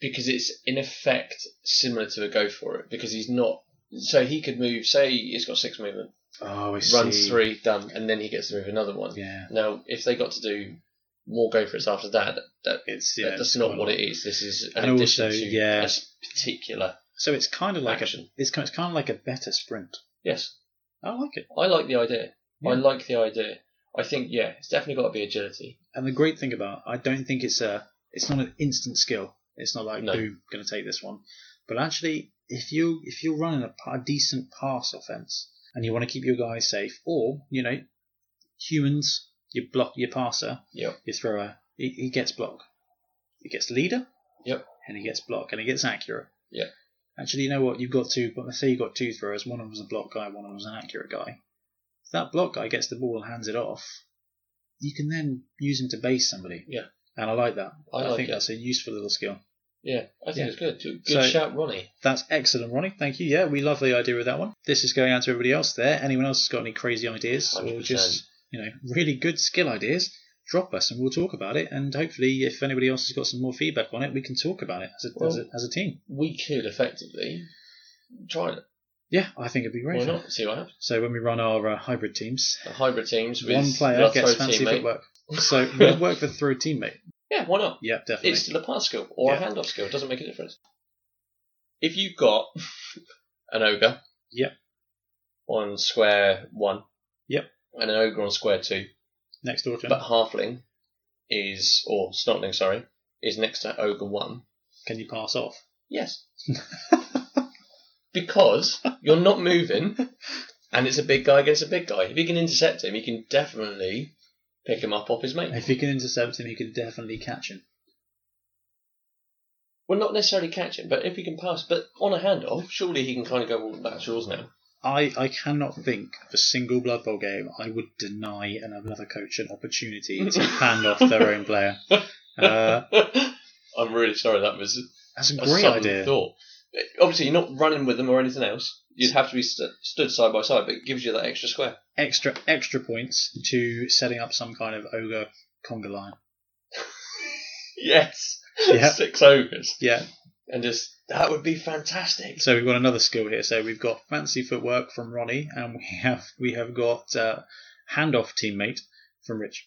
Because it's in effect similar to a go for it. Because he's not. So he could move. Say he's got six movement. Oh, I Runs three, done, and then he gets to move another one. Yeah, Now, if they got to do more go for it after that, that, it's yeah. that's not what it is. This is an And addition also, to yeah. a s- particular So it's kind of like Action. a it's kind, it's kind of like a better sprint. yes. I like it. I like the idea. Yeah. I like the idea. I think yeah, it's definitely got to be agility. And the great thing about I don't think it's a it's not an instant skill. It's not like No. boom, going to take this one. But actually, if you if you're running a, pa- a decent pass offense and you want to keep your guys safe, or you know, humans, your block, your passer, Yep. your thrower, he, he gets block, he gets leader, Yep. and he gets block, and he gets accurate. Yep. Actually, you know what? You've got two. But let's say you've got two throwers. One of them's a block guy. One of them's an accurate guy. If that block guy gets the ball and hands it off, you can then use him to base somebody. Yeah. And I like that. I I, like think it. that's a useful little skill. Yeah, I think Yeah. it's good. Good So- shout, Ronnie. That's excellent, Ronnie. Thank you. Yeah, we love the idea of that one. This is going out to everybody else there. Anyone else has got any crazy ideas or 100%. just, you know, really good skill ideas, drop us and we'll talk about it. And hopefully, if anybody else has got some more feedback on it, we can talk about it as a, as a, Well- as a team. We could effectively try it. Yeah, I think it'd be great. Why not? See what happens. So when we run our uh, hybrid teams, The hybrid teams with one player the gets throw fancy teammate. footwork. So we'll work with throw teammate. Yeah, why not? Yep, definitely. It's still a pass skill or Yeah. a handoff skill. It doesn't make a difference. If you've got an ogre, Yep. on square one, Yep. and an ogre on square two, Next autumn. but halfling is or snotling, sorry, is next to ogre one. can you pass off? Yes. because you're not moving and it's a big guy against a big guy. If you can intercept him, you can definitely pick him up off his mate. If he can intercept him, he can definitely catch him. Well, not necessarily catch him, but if he can pass, but on a handoff, surely he can kind of go, well, that's yours now. I, I cannot think of a single Blood Bowl game I would deny an- another coach an opportunity to hand off their own player. Uh, I'm really sorry that was that's a a great sudden idea. thought. Obviously, you're not running with them or anything else. You'd have to be st- stood side by side, but it gives you that extra square. Extra extra points to setting up some kind of ogre conga line. Yes. Yeah. Six ogres. Yeah. And just, that would be fantastic. So we've got another skill here. So we've got fancy footwork from Ronnie, and we have we have got uh, handoff teammate from Rich.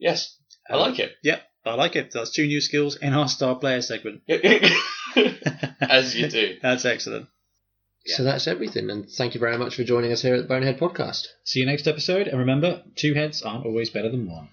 Yes. Um, I like it. I like it. That's two new skills in our star player segment. As you do. That's excellent. So that's everything, and thank you very much for joining us here at the Bonehead Podcast. See you next episode, and remember, two heads aren't always better than one.